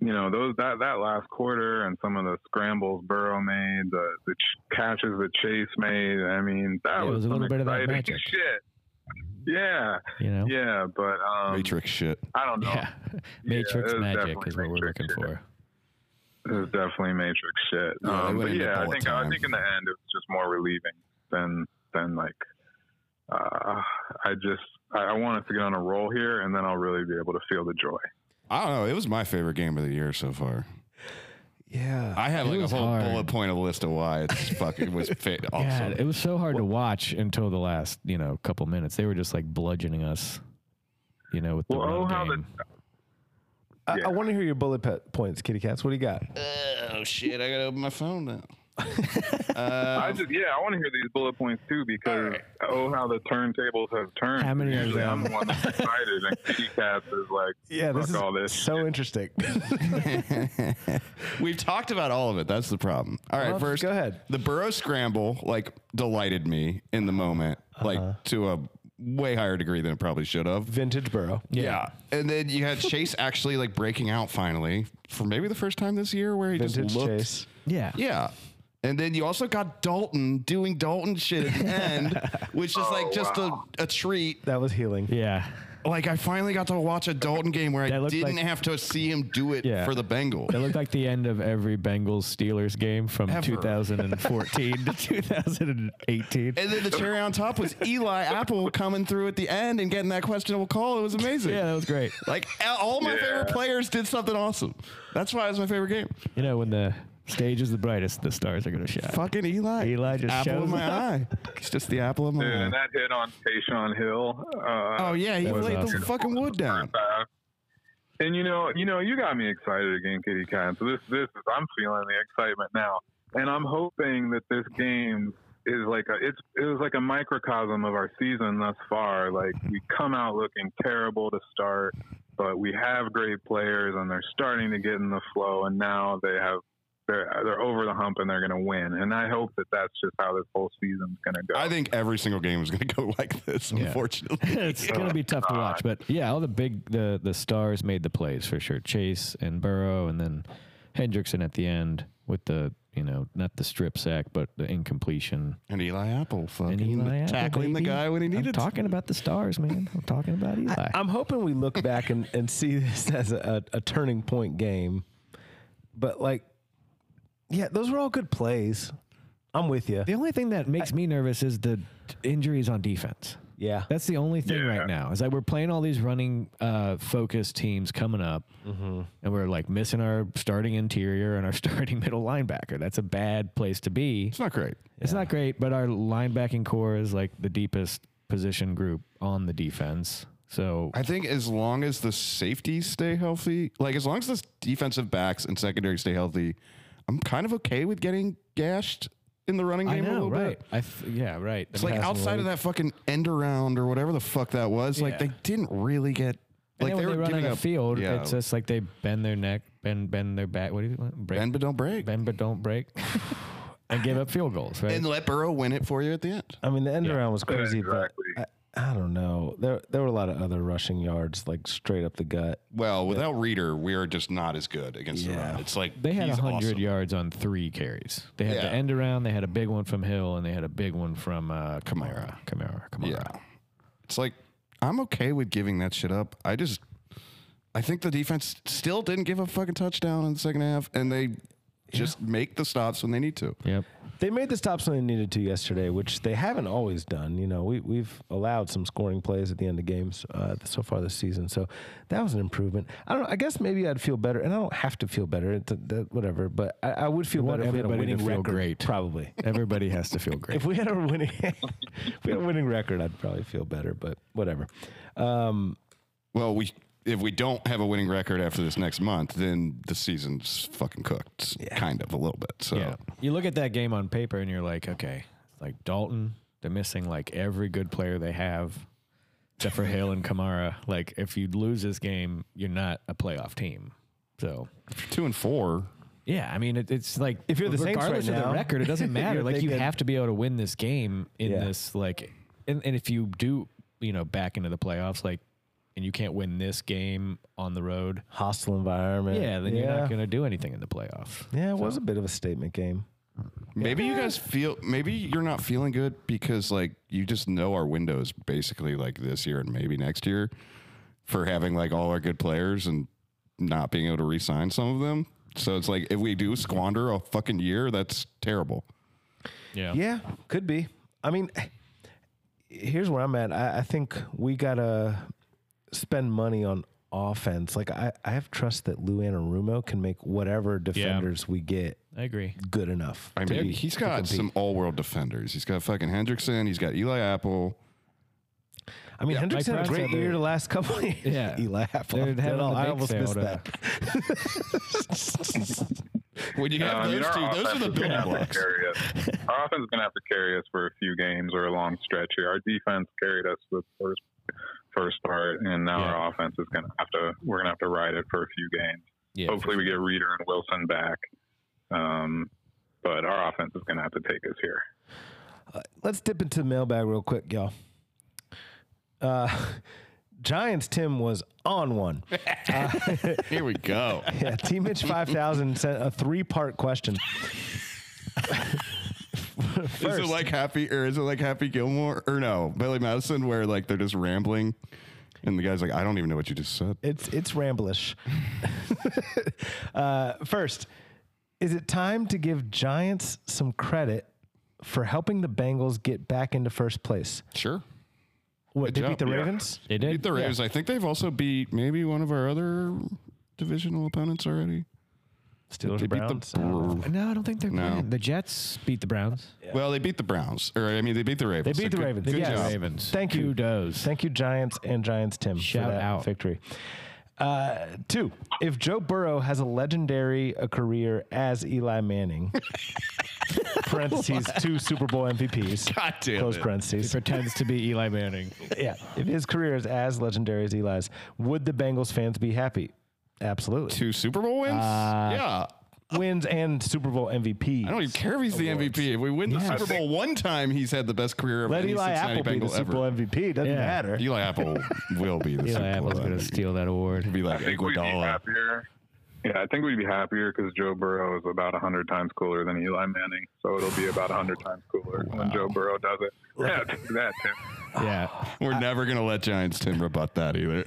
you know, those that that last quarter and some of the scrambles Burrow made, the, the ch- catches that Chase made. I mean, that
Yeah, it
was,
was a
some
little bit of that
exciting
magic.
shit. Yeah,
you know?
yeah, but um,
Matrix shit.
I don't know.
Yeah. Matrix
it was
magic
definitely
is what we're
Matrix
looking
shit.
for.
It was definitely Matrix shit.
Yeah, they
um,
went
but
into
yeah, I
bullet
think I
time.
think in the end it was just more relieving than than like uh, I just I, I want us to get on a roll here, and then I'll really be able to feel the joy.
I don't know. It was my favorite game of the year so far.
yeah.
I have
It
like a
was
whole
hard.
bullet point of a list of why it's fucking was fit.
Yeah,
Awesome.
it was so hard to watch until the last, you know, couple minutes. They were just like bludgeoning us, you know, with the
Well,
run
oh, how the-
game.
I,
yeah.
I want to hear your bullet pe- points, Kitty Cats. What do you got?
oh shit! I gotta open my phone now.
I
Uh,
just yeah, I want to hear these bullet points too because oh how the turntables have turned.
How many of
Usually I'm the
them?
one that's excited, and Kitty Cats is like
Yeah, this
fuck
is
all this.
so interesting.
We've talked about all of it. That's the problem. All right,
Well,
first,
go ahead.
The Burrow scramble like delighted me in the moment, like to a way higher degree than it probably should have.
Vintage Burrow.
Yeah. And then you had Chase actually like breaking out finally for maybe the first time this year where he
Vintage
just looked.
Chase.
Yeah.
Yeah. And then you also got Dalton doing Dalton shit at the end, which is like just
Oh,
a, a treat.
That was healing.
Yeah.
Like I finally got to watch a Dalton game where
That
I
looked
didn't
like-
have to see him do it
Yeah.
for the Bengals.
It looked like the end of every Bengals Steelers game from
Ever.
2014 to 2018.
And then the cherry on top was Eli Apple coming through at the end and getting that questionable call. It was amazing.
Yeah, that was great.
Like all- all my favorite players did something awesome. That's why it was my favorite game.
You know, when the stage is the brightest, the stars are going to shine.
Fucking Eli.
Eli just
apple
shows
in my
up.
eye. It's just the apple of my
Dude,
eye.
and that hit on Tayshawn Hill. Uh,
oh yeah, he
was
laid
awesome.
the fucking wood down.
uh, And you know, you know, you got me excited again, Kitty Cat. So this, this is I'm feeling the excitement now, and I'm hoping that this game is like a, it's it was like a microcosm of our season thus far. Like we come out looking terrible to start, but we have great players and they're starting to get in the flow, and now they have. They're, they're over the hump and they're going to win. And I hope that that's just how this whole season's going to go.
I think every single game is going to go like this,
Yeah.
unfortunately.
it's gonna be tough to watch, but yeah, all the big the the stars made the plays for sure. Chase and Burrow, and then Hendrickson at the end with the you know not the strip sack, but the incompletion.
And Eli Apple fucking
And Eli Apple,
tackling
baby.
the guy when he
I'm
needed to.
talking about the stars, man. I'm talking about Eli.
I'm hoping we look back and, and see this as a, a, a turning point game. But like, yeah, those were all good plays. I'm with you.
the only thing that makes me nervous is the injuries on defense.
Yeah.
That's the only thing right now is that we're playing all these running uh, focused teams coming up, and we're like missing our starting interior and our starting middle linebacker. That's a bad place to be.
It's not great.
It's not great, but our linebacking core is like the deepest position group on the defense. So
I think as long as the safeties stay healthy, like as long as the defensive backs and secondary stay healthy, I'm kind of okay with getting gashed in the running game a little
right?
bit.
I th- yeah, right.
It's like outside of that fucking end around or whatever the fuck that was. Like
Yeah.
they didn't really get like
like
they
when
were
they run on
giving
the
up-
field,
Yeah,
it's just like they bend their neck, bend bend their back. What do you break?
bend but don't break,
bend but don't break, and give up field goals. Right?
and let Burrow win it for you at the end.
I mean, the end around was crazy,
exactly.
but I, I don't know. There there were a lot of other rushing yards, like straight up the gut.
Well, without Reader, we are just not as good against the
Yeah.
run. It's like
They had
he's
100
awesome.
yards on three carries. They had
Yeah.
the end around, they had a big one from Hill, and they had a big one from uh, Kamara. Kamara. Kamara.
Yeah. It's like I'm okay with giving that shit up. I just I think the defense still didn't give a fucking touchdown in the second half and they just make the stops when they need to.
Yep.
They made the stops when they needed to yesterday, which they haven't always done. You know, we we've allowed some scoring plays at the end of games uh, so far this season, so that was an improvement. I don't. I guess maybe I'd feel better, and I don't have to feel better. It, th- that, whatever, but I, I would feel
want
better if we had a
everybody to
winning
feel
record.
great.
Probably,
Everybody has to feel great.
if we had a winning, if we had a winning record, I'd probably feel better. But whatever. Um,
Well, we if we don't have a winning record after this next month, then the season's fucking cooked, kind of a little bit. So
yeah. You look at that game on paper and you're like, okay, it's like Dalton, they're missing like every good player they have, except for Hill and Kamara. Like, if you lose this game, you're not a playoff team. So,
two and four.
yeah, I mean, it, it's like
If you're the Saints
regardless
right
of
now,
the record, it doesn't matter.
you're
like, you
thinking-
have to be able to win this game in
Yeah.
this like, and, and if you do, you know, back into the playoffs, like, and you can't win this game on the road,
hostile environment.
yeah, then you're not
Uh, Yeah.
going to do anything in the playoffs.
Yeah, it was a bit of a statement game.
Maybe you guys feel maybe you're not feeling good because like you just know our window is basically like this year and maybe next year for having like all our good players and not being able to re-sign some of them. So it's like if we do squander a fucking year, that's terrible.
Yeah.
Yeah, could be. I mean, here's where I'm at. I, I think we gotta spend money on offense. Like I, I have trust that Lou Anarumo can make whatever defenders we get
I agree.
good enough.
I
to
mean,
be-
he's
to
got
compete.
some all-world defenders. He's got fucking Hendrickson. He's got Eli Apple.
I mean, Hendricks
Mike
had a
Brown
great
said
year
they-
the last couple. Of years.
Yeah.
Eli Apple.
They're having
I
the bake
almost
sale
missed
to-
that.
When you
No,
have
Uh, I mean,
those
our
two, those are
offense
the
is gonna
building
have to
blocks.
carry us. Our offense is going to have to carry us for a few games or a long stretch here. Our defense carried us the first first part, and now
Yeah.
our offense is going to have to. We're going to have to ride it for a few games.
Yeah.
Hopefully, we get Reader and Wilson back. Um, but our offense is going to have to take us here.
Let's dip into the mailbag real quick, y'all. Uh, Giants Tim was on one. Uh,
Here we go.
Yeah, Team Mitch 5000 sent a three part question.
Is it like Happy or is it like Happy Gilmore or no Billy Madison where like they're just rambling and the guy's like I don't even know what you just said.
It's it's ramblish. uh, first, is it time to give Giants some credit for helping the Bengals get back into first place?
Sure.
What, they
Good
beat the
job.
Ravens?
They did.
Beat the Ravens. I think they've also beat maybe one of our other divisional opponents already.
Steelers,
They
Browns?
beat the Br-
No, I don't think they're
No.
playing. The Jets beat the Browns.
Well, they beat the Browns. Or I mean they beat the Ravens.
beat the
good-
Ravens.
Good
Yes.
job.
Ravens.
Thank you.
Kudos.
Thank you, Giants and Giants Tim,
Shout
for that
out.
victory. Uh, two, if Joe Burrow has a legendary a career as Eli Manning, parentheses, two Super Bowl MVPs,
God damn
close
it.
parentheses.
Pretends to be Eli Manning.
Yeah. If his career is as legendary as Eli's, would the Bengals fans be happy? Absolutely.
Two Super Bowl wins?
Uh,
yeah.
Wins and Super Bowl MVP.
I don't even care if he's the MVP. If we win the Super Bowl one time, he's had the best career of
Let
any
Eli
Cincinnati
Apple be the
Bengal
Super
ever.
Bowl MVP. Doesn't
Yeah.
matter.
Eli Apple will be the Super
Eli
Bowl.
Apple's going
MVP.
to steal that award.
be like
I think we'd be
Iguodala.
happier. Yeah, I think we'd be happier because Joe Burrow is about 100 times cooler than Eli Manning. So it'll be about 100 times cooler when Joe Burrow does it. Yeah, take that, Tim.
Yeah.
We're never going to let Giants Tim rebut that either.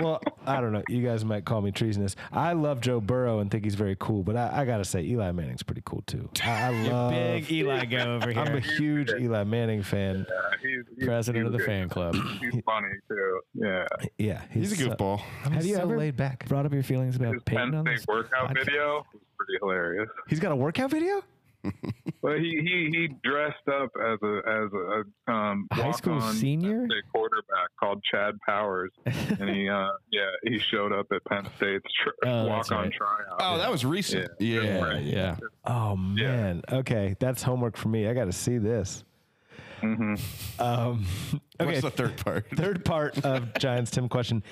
well, I don't know. You guys might call me treasonous. I love Joe Burrow and think he's very cool, but I, I gotta say Eli Manning's pretty cool too. I, I love.
Big Eli guy over
I'm a
here.
huge Eli Manning fan.
Uh, he's, he's,
President of the
he's
fan club.
good. He's funny, too. Yeah.
Yeah,
He's a
so-
goofball.
Have you
so
ever
laid
back?
Brought up your feelings
His
about Peyton
Penn
on
State
this
workout
podcast?
video was pretty hilarious.
He's got a workout video.
But he, he, he dressed up as a as a um,
A high school
walk-on
senior?
Penn State quarterback called Chad Powers, and he uh, yeah he showed up at Penn State's tr-
Oh, that's
walk on
right.
tryout.
Oh, that was recent. Yeah.
Yeah.
Oh man. Okay, that's homework for me. I got to see this. Um, okay.
What's the third part?
Third part of Giants Tim question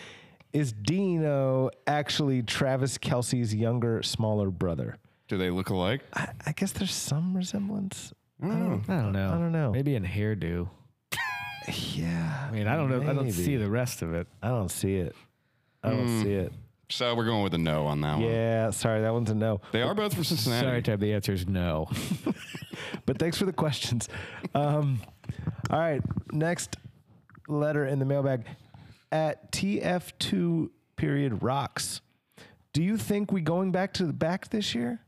is Dino actually Travis Kelsey's younger, smaller brother?
Do they look alike?
I, I guess there's some resemblance.
I don't know.
Mm, I don't know.
Maybe in hairdo.
Yeah.
I mean, I don't know. I don't see the rest of it.
I don't see it. I don't see it.
So we're going with a no on that one.
Yeah, sorry, that one's a no.
They are both from Cincinnati.
Sorry, Tab. The answer is no.
But thanks for the questions. Um, all right, next letter in the mailbag at TF2 period rocks. Do you think we going back to the back this year?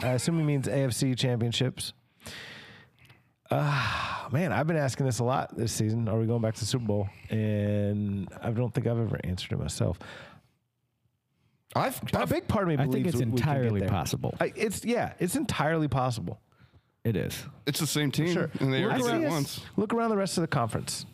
I assume he means AFC championships. Ah, man, I've been asking this a lot this season. Are we going back to the Super Bowl? And I don't think I've ever answered it myself.
I've,
A
I've
big part of me
I think
believes
it's
we- we can get
entirely
there.
possible.
I, it's yeah, it's entirely possible.
It is.
It's the same team,
Sure.
and they
Look
already
around-
did it
us-
once.
Look around the rest of the conference.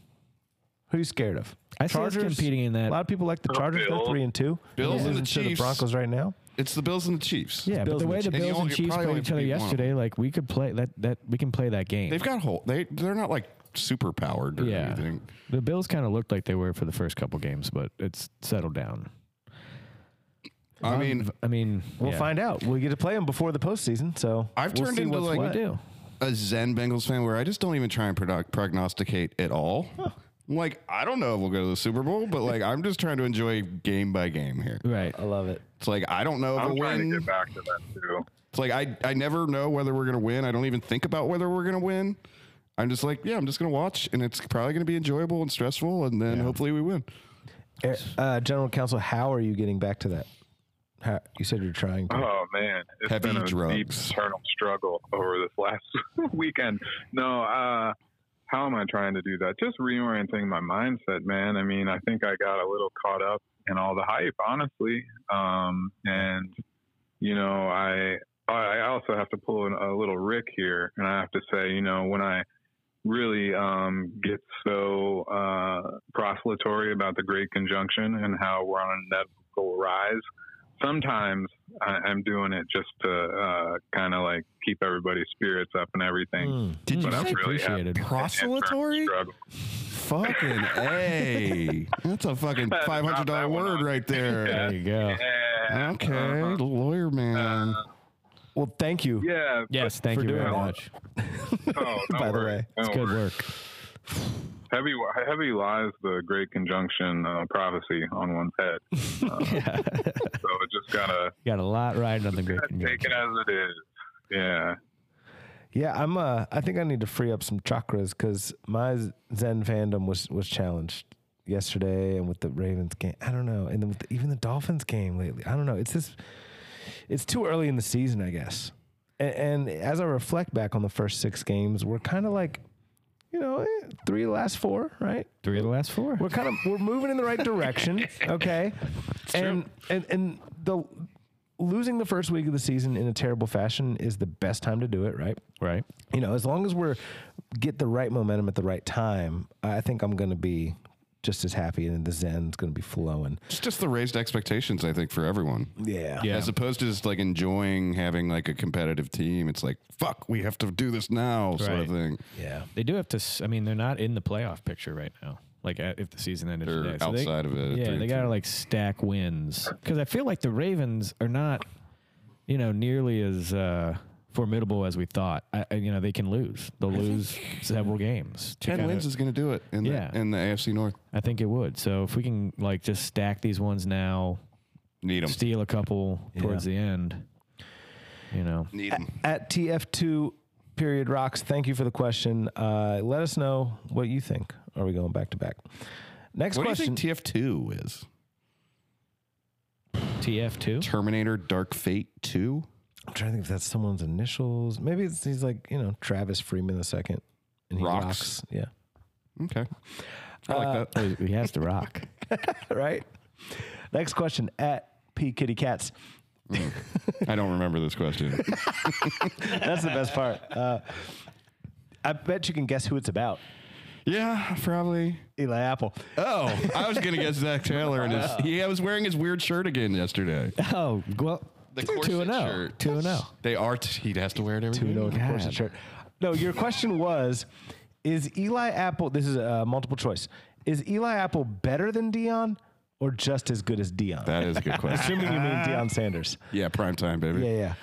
Who you scared of?
I see us competing in that.
A lot of people like the
Oh,
Chargers. They're
Bills.
three and two.
Bills
They're
and the
losing to the
Chiefs.
Broncos right now.
It's the Bills and the Chiefs.
Yeah, but
Bills
the
and
way
the
the
Chiefs.
Bills
And
and
you
Chiefs
probably
played
only
each other
beat one of
yesterday, like we could play that. That we can play that game.
They've got whole. They they're not like super powered or
yeah,
anything.
the Bills kind of looked like they were for the first couple games, but it's settled down.
I mean,
I mean,
We'll
yeah.
find out. We get to play them before the postseason, so
I've
we'll
turned
see
into
what's
like
what.
We do.
a Zen Bengals fan where I just don't even try and product, prognosticate at all. Like I don't know if we'll go to the Super Bowl, but like I'm just trying to enjoy game by game here.
Right.
I love it.
It's like I don't know if
I'm
we'll
trying to
win.
get back to that too.
It's like I I never know whether we're gonna win. I don't even think about whether we're gonna win. I'm just like, yeah, I'm just gonna watch, and it's probably gonna be enjoyable and stressful, and then hopefully we win.
Er- Uh, General Counsel, how are you getting back to that? How, you said you're trying. To.
Oh man, it's
Heavy
been a deep
drugs.
internal struggle over this last weekend. No, uh, how am I trying to do that? Just reorienting my mindset, man. I mean, I think I got a little caught up in all the hype, honestly, um, and you know, I I also have to pull in a little Rick here, and I have to say, you know, when I really um, get so uh, proselatory about the Great Conjunction and how we're on a inevitable rise. Sometimes I, I'm doing it just to uh, kind of like keep everybody's spirits up and everything.
Mm.
Did
But
you
I'm
say
really happy.
appreciated.
proselatory?
Struggle.
Fucking a. That's a fucking
That's
five hundred
not
dollar
that one.
word right
There
there.
you go.
Yeah.
Okay,
Uh-huh. Uh.
lawyer man.
Well, thank you.
Yeah.
Yes, thank
For
you
doing
very
that.
much.
but- oh, no
By the
worries.
way,
No
It's good
worries.
work.
Heavy, heavy lies the Great Conjunction uh, prophecy on one's head. Uh, so it just gotta
Got a lot riding on the great
take it
conjunction.
as it is. Yeah.
Yeah, I'm. Uh, I think I need to free up some chakras because my Zen fandom was was challenged yesterday, and with the Ravens game, I don't know, and then with the, even the Dolphins game lately, I don't know. It's this. It's too early in the season, I guess. And, and as I reflect back on the first six games, we're kind of like, you know, eh, three of the last four, right?
Three of the last four.
We're kind of we're moving in the right direction, okay? and and and the losing the first week of the season in a terrible fashion is the best time to do it, right?
Right.
you know, as long as we're get the right momentum at the right time, I think I'm going to be just as happy and the zen's going to be flowing.
It's just the raised expectations, I think, for everyone.
Yeah.
Yeah.
As opposed to just like enjoying having like a competitive team, it's like fuck, we have to do this now, sort of
Right.
thing.
Yeah.
They do have to. s- I mean, they're not in the playoff picture right now. Like uh, if the season ended
They're
today,
outside of it,
Yeah,
three
they
and
gotta
two.
like stack wins because I feel like the Ravens are not, you know, nearly as uh, formidable as we thought. I, I- you know, they can lose. They'll lose several games. to
Ten
kinda-
wins is going to do it in
Yeah.
the in the AFC North.
I think it would. So if we can like just stack these ones now,
Need them.
steal a couple towards the end, you know.
Need them.
At TF2 period rocks, thank you for the question. Uh, let us know what you think. Are we going back to back? Next
What do you
question.
think TF two is?
TF two.
Terminator Dark Fate two.
I'm trying to think if that's someone's initials. Maybe it's, he's like, you know, Travis Freeman the second. And he
Rocks.
rocks. Yeah.
Okay, I like that.
He has to rock.
right? Next question at P Kitty Cats.
I don't remember this question.
That's the best part. Uh, I bet you can guess who it's about.
yeah, probably.
Eli Apple.
Oh, I was gonna guess Zach Taylor, and his, he was wearing his weird shirt again yesterday.
oh well,
The
two
corset
and oh.
shirt.
two and oh.
They are. T- he has to wear it every
Who knows?
game.
Of course, it's shirt. No, your question was: Is Eli Apple? This is a uh, multiple choice. Is Eli Apple better than Dion, or just as good as Dion?
That is a good question.
Assuming you mean Dion Sanders.
yeah, prime time, baby.
Yeah, yeah.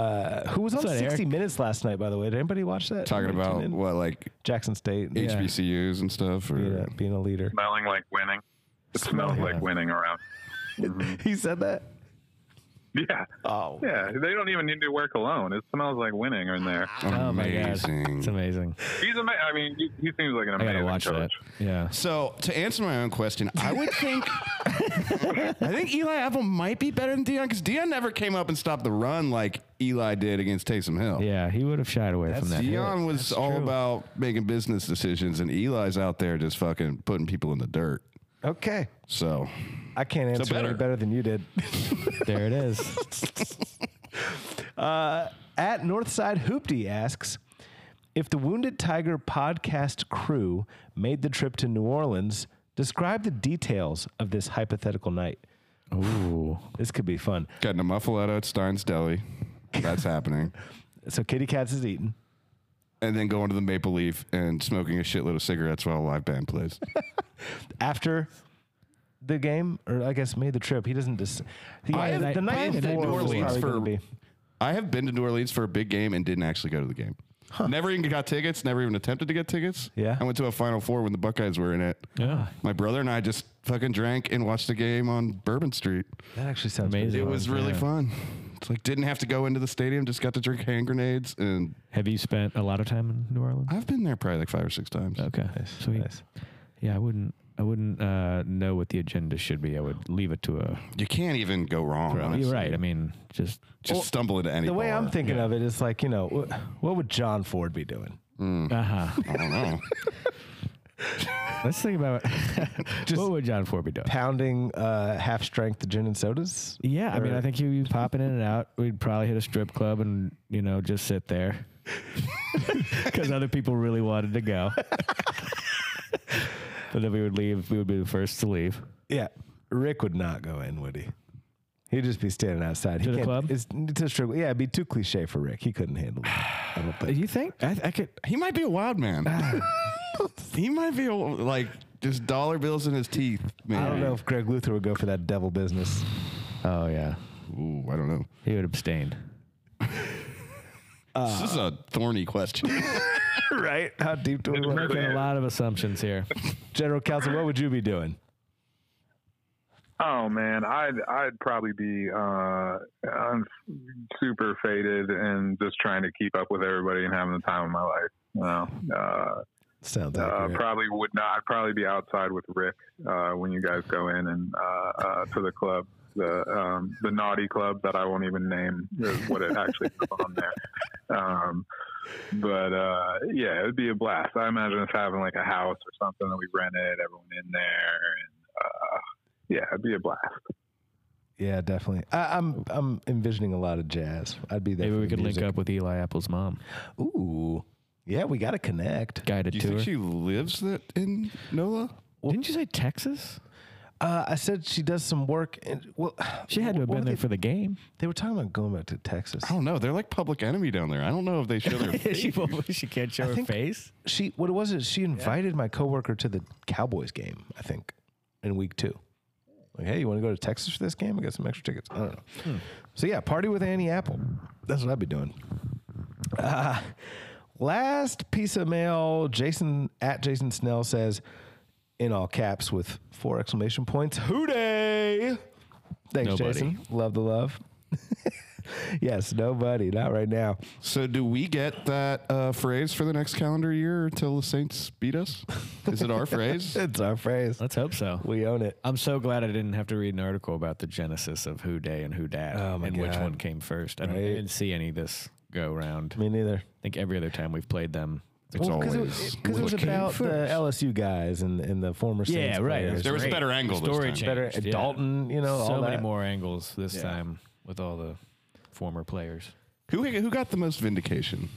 Uh, who was on
up, Eric?
60 Minutes last night? By the way, did anybody watch that?
Talking
Anybody
about
tune in?
what like
Jackson State yeah.
HBCUs and stuff, or
being a- being a leader.
Smelling like winning. It smells like winning around.
He said that.
Yeah.
Oh,
Yeah. They don't even need to work alone. It smells like winning in there.
Oh my god,
Amazing.
it's amazing.
He's ama- I mean, he, he seems like
I
an amazing
gotta watch
coach.
that. Yeah.
So to answer my own question, I would think I think Eli Apple might be better than Dion because Dion never came up and stopped the run like Eli did against Taysom Hill.
Yeah, he would have shied away from that.
Dion was all about making business decisions, and Eli's out there just fucking putting people in the dirt.
okay.
So
I can't answer
better.
any better than you did.
There it is.
Uh, At Northside Hoopty asks If the Wounded Tiger podcast crew made the trip to New Orleans, describe the details of this hypothetical night.
Ooh.
This could be fun.
getting a muffaletta at Stein's Deli, that's happening,
So, Kitty Cats is eating.
and then going to the Maple Leaf and smoking a shitload of cigarettes while a live band plays.
After the game, or I guess made the trip, he doesn't. Dis- he-
I have-
the
I
night
have been to
before
New
was
Orleans
probably
for-
gonna be.
I have been to New Orleans for a big game and didn't actually go to the game. Never even got tickets. Never even attempted to get tickets.
Yeah.
I went to a Final Four when the Buckeyes were in it.
Yeah.
My brother and I just fucking drank and watched the game on Bourbon Street.
That actually sounds
Amazing.
It
amazing.
Oh,
was really
yeah.
fun. It's like didn't have to go into the stadium. Just got to drink hand grenades, and
Have you spent a lot of time in New Orleans?
I've been there probably like five or six times.
Okay. Sweet.
Nice.
Yeah, I wouldn't. I wouldn't uh, know what the agenda should be. I would leave it to a.
You can't even go wrong. honestly.
You're right. I mean, just
Just stumble into any.
The way
bar.
I'm thinking of it is like, you know, wh- what would John Ford be doing?
uh huh.
I don't know.
Let's think about what would John Forby do.
Pounding uh, half strength gin and sodas?
Yeah, I mean, I think he'd be popping in and out. We'd probably hit a strip club and you know just sit there because other people really wanted to go. but then we would leave. We would be the first to leave.
Yeah, Rick would not go in, would he? He'd just be standing outside. he
To the
can't-
club?
It's, it's a struggle. Yeah, it'd be too cliche for Rick. He couldn't handle it. I don't think.
You think I, I could?
He might be a wild man.
Ah.
he might be a, like just dollar bills in his teeth. Man.
I don't know if Greg Luther would go for that devil business.
Oh yeah,
Ooh, I don't know.
he would abstain.
this is a thorny question.
right? How deep do we want
Making a lot of assumptions here.
General Counsel, what would you be doing?
Oh man, I'd I'd probably be uh, I'm super faded and just trying to keep up with everybody and having the time of my life. You know, uh,
Sounds
uh,
accurate.
probably would not. I'd probably be outside with Rick uh, when you guys go in and uh, uh, to the club, the um, the naughty club that I won't even name what it actually is on there. Um, but uh, yeah, it would be a blast. I imagine us having like a house or something that we rented, everyone in there, and uh, yeah, it'd be a blast.
yeah, definitely. I, I'm I'm envisioning a lot of jazz. I'd be there.
Maybe
for
we
the
could link
music.
up with Eli Apple's mom.
Ooh, yeah, we got to connect.
Guided
Do you
tour.
think she lives that in NOLA?
Didn't you say Texas?
Uh, I said she does some work. And, well,
She had to have
what were
been there
They,
for the game.
they were talking about going back to Texas.
I don't know. They're like public enemy down there. I don't know if they show their.
she, she can't show
I think-
face.
She what was it? She invited my coworker to the Cowboys game. I think in week two. Like, hey, you want to go to Texas for this game? I got some extra tickets. I don't know.
Hmm.
So yeah, party with Annie Apple. That's what I'd be doing. Uh, last piece of mail. Jason at Jason Snell says, in all caps with four exclamation points. Hooday! Thanks,
Nobody.
Jason. Love the love. yes, nobody. Not right now.
so do we get that uh, phrase for the next calendar year until the Saints beat us? Is it our phrase?
It's our phrase.
Let's hope so.
We own it.
I'm so glad I didn't have to read an article about the genesis of who day and who dad
Oh, my
and which
God.
one came first. I, don't- I
Right.
didn't see any this go round. I
Me neither.
think every other time we've played them.
It's
Well, 'cause it-
always
it, 'cause it was
looking
about
first.
the LSU guys and and the former Saints players.
There was a better angle this
Story
time.
changed.
better
yeah.
Dalton, you know,
So
all
many
that.
more angles this time with all the former players.
Who who got the most vindication?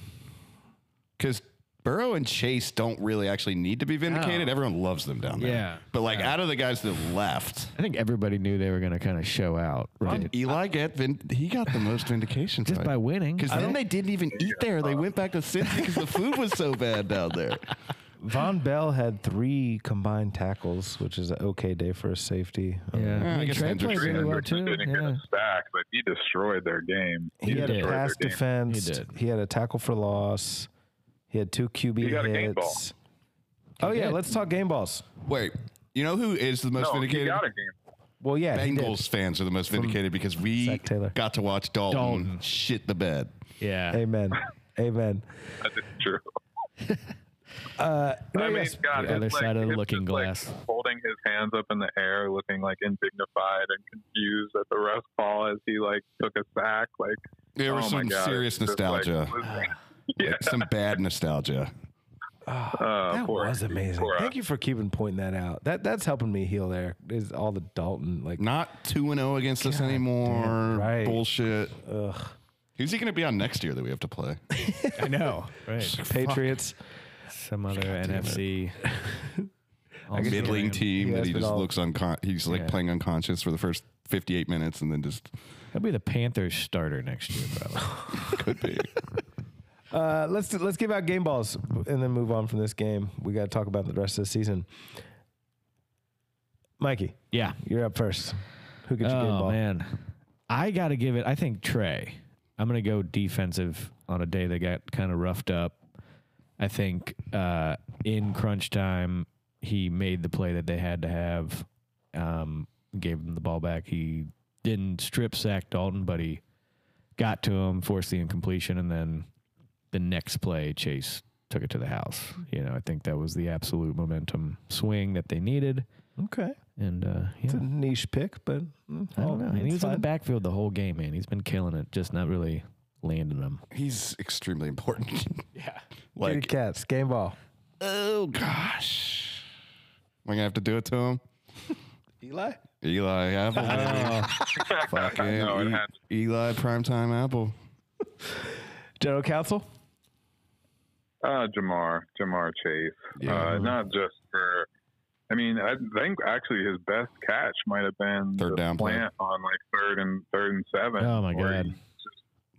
Because Burrow and Chase don't really actually need to be vindicated.
No.
Everyone loves them down there.
Yeah.
But like out of the guys that left,
I think everybody knew they were going to kind of show out, right?
did Eli get vin- he got the most vindication
Just by winning.
Because then they didn't even eat there. They went back to Cincy because the food was so bad down there.
Von Bell had three combined tackles, which is an okay day for a safety. Um,
Yeah,
Yeah, I
I mean,
guess
Trey
Andrew
played
Sanders
really well
Sanders
too.
didn't get
Yeah.
us back, but he destroyed their game.
He, had
did.
a
destroyed
pass
their game.
defense.
He
He,
did.
had a tackle for loss. He had two QB
He got a
hits.
game ball.
Oh yeah,
did.
let's talk game balls.
Wait, you know who is the most
No, he
vindicated?
got a game.
Well, yeah, he did.
Bengals fans are the most vindicated because we
Zach Taylor.
got to watch Dalton,
Dalton.
shit the bed.
yeah.
Amen. Amen.
That's true.
No,
I mean, uh,
yes.
The
God, it's
other
like
side of the
him
looking
just, like,
glass.
holding his hands up in the air, looking like indignified and confused at the ref's call as he like took a sack. Like
There was
oh my
some
God,
serious
it's just, like,
nostalgia,
listening.
Like, some bad nostalgia.
Uh,
ah, That
poor-
was amazing.
poor uh,
Thank you for keeping pointing that out. That that's helping me heal. There is all the Dalton like
Not 2 and 0 against us anymore.
right.
Bullshit. Ugh. Who's he going to be on next year that we have to play?
I know. Right.
Patriots.
Some other NFC.
Middling team
He
that
has
he
been
just
all-
looks uncon. He's like
Yeah.
playing unconscious for the first 58 minutes and then just
That'll be the Panthers starter next year, probably.
could be.
Uh, let's let's give out game balls and then move on from this game. We got to talk about the rest of the season. Mikey,
yeah.
you're up first. Who gets your game
Oh
ball?
man, I got to give it. I think Trey. I'm gonna go defensive on a day that got kind of roughed up. I think uh, in crunch time he made the play that they had to have. Um, gave them the ball back. He didn't strip sack Dalton, but he got to him, forced the incompletion, and then the next play Chase took it to the house. You know, I think that was the absolute momentum swing that they needed.
Okay,
And uh, yeah.
it's a niche pick, but mm,
I
all-
don't know. And
it's
Oh, he was in the
fine.
backfield the whole game, man. He's been killing it, just not really landing them.
He's extremely important. yeah.
Kitty
Like,
cats game ball.
oh gosh. Am I going to have to do it to him?
Eli,
Eli Apple. baby. Fucking
No, it
E-
had to
Eli Primetime Apple.
general counsel.
Uh, Jamar, Jamar Chase.
Yeah.
Uh, not just for, I mean, I think actually his best catch might have been
Third
the
down play.
plant on like third and third and seven.
Oh my
where
god.
he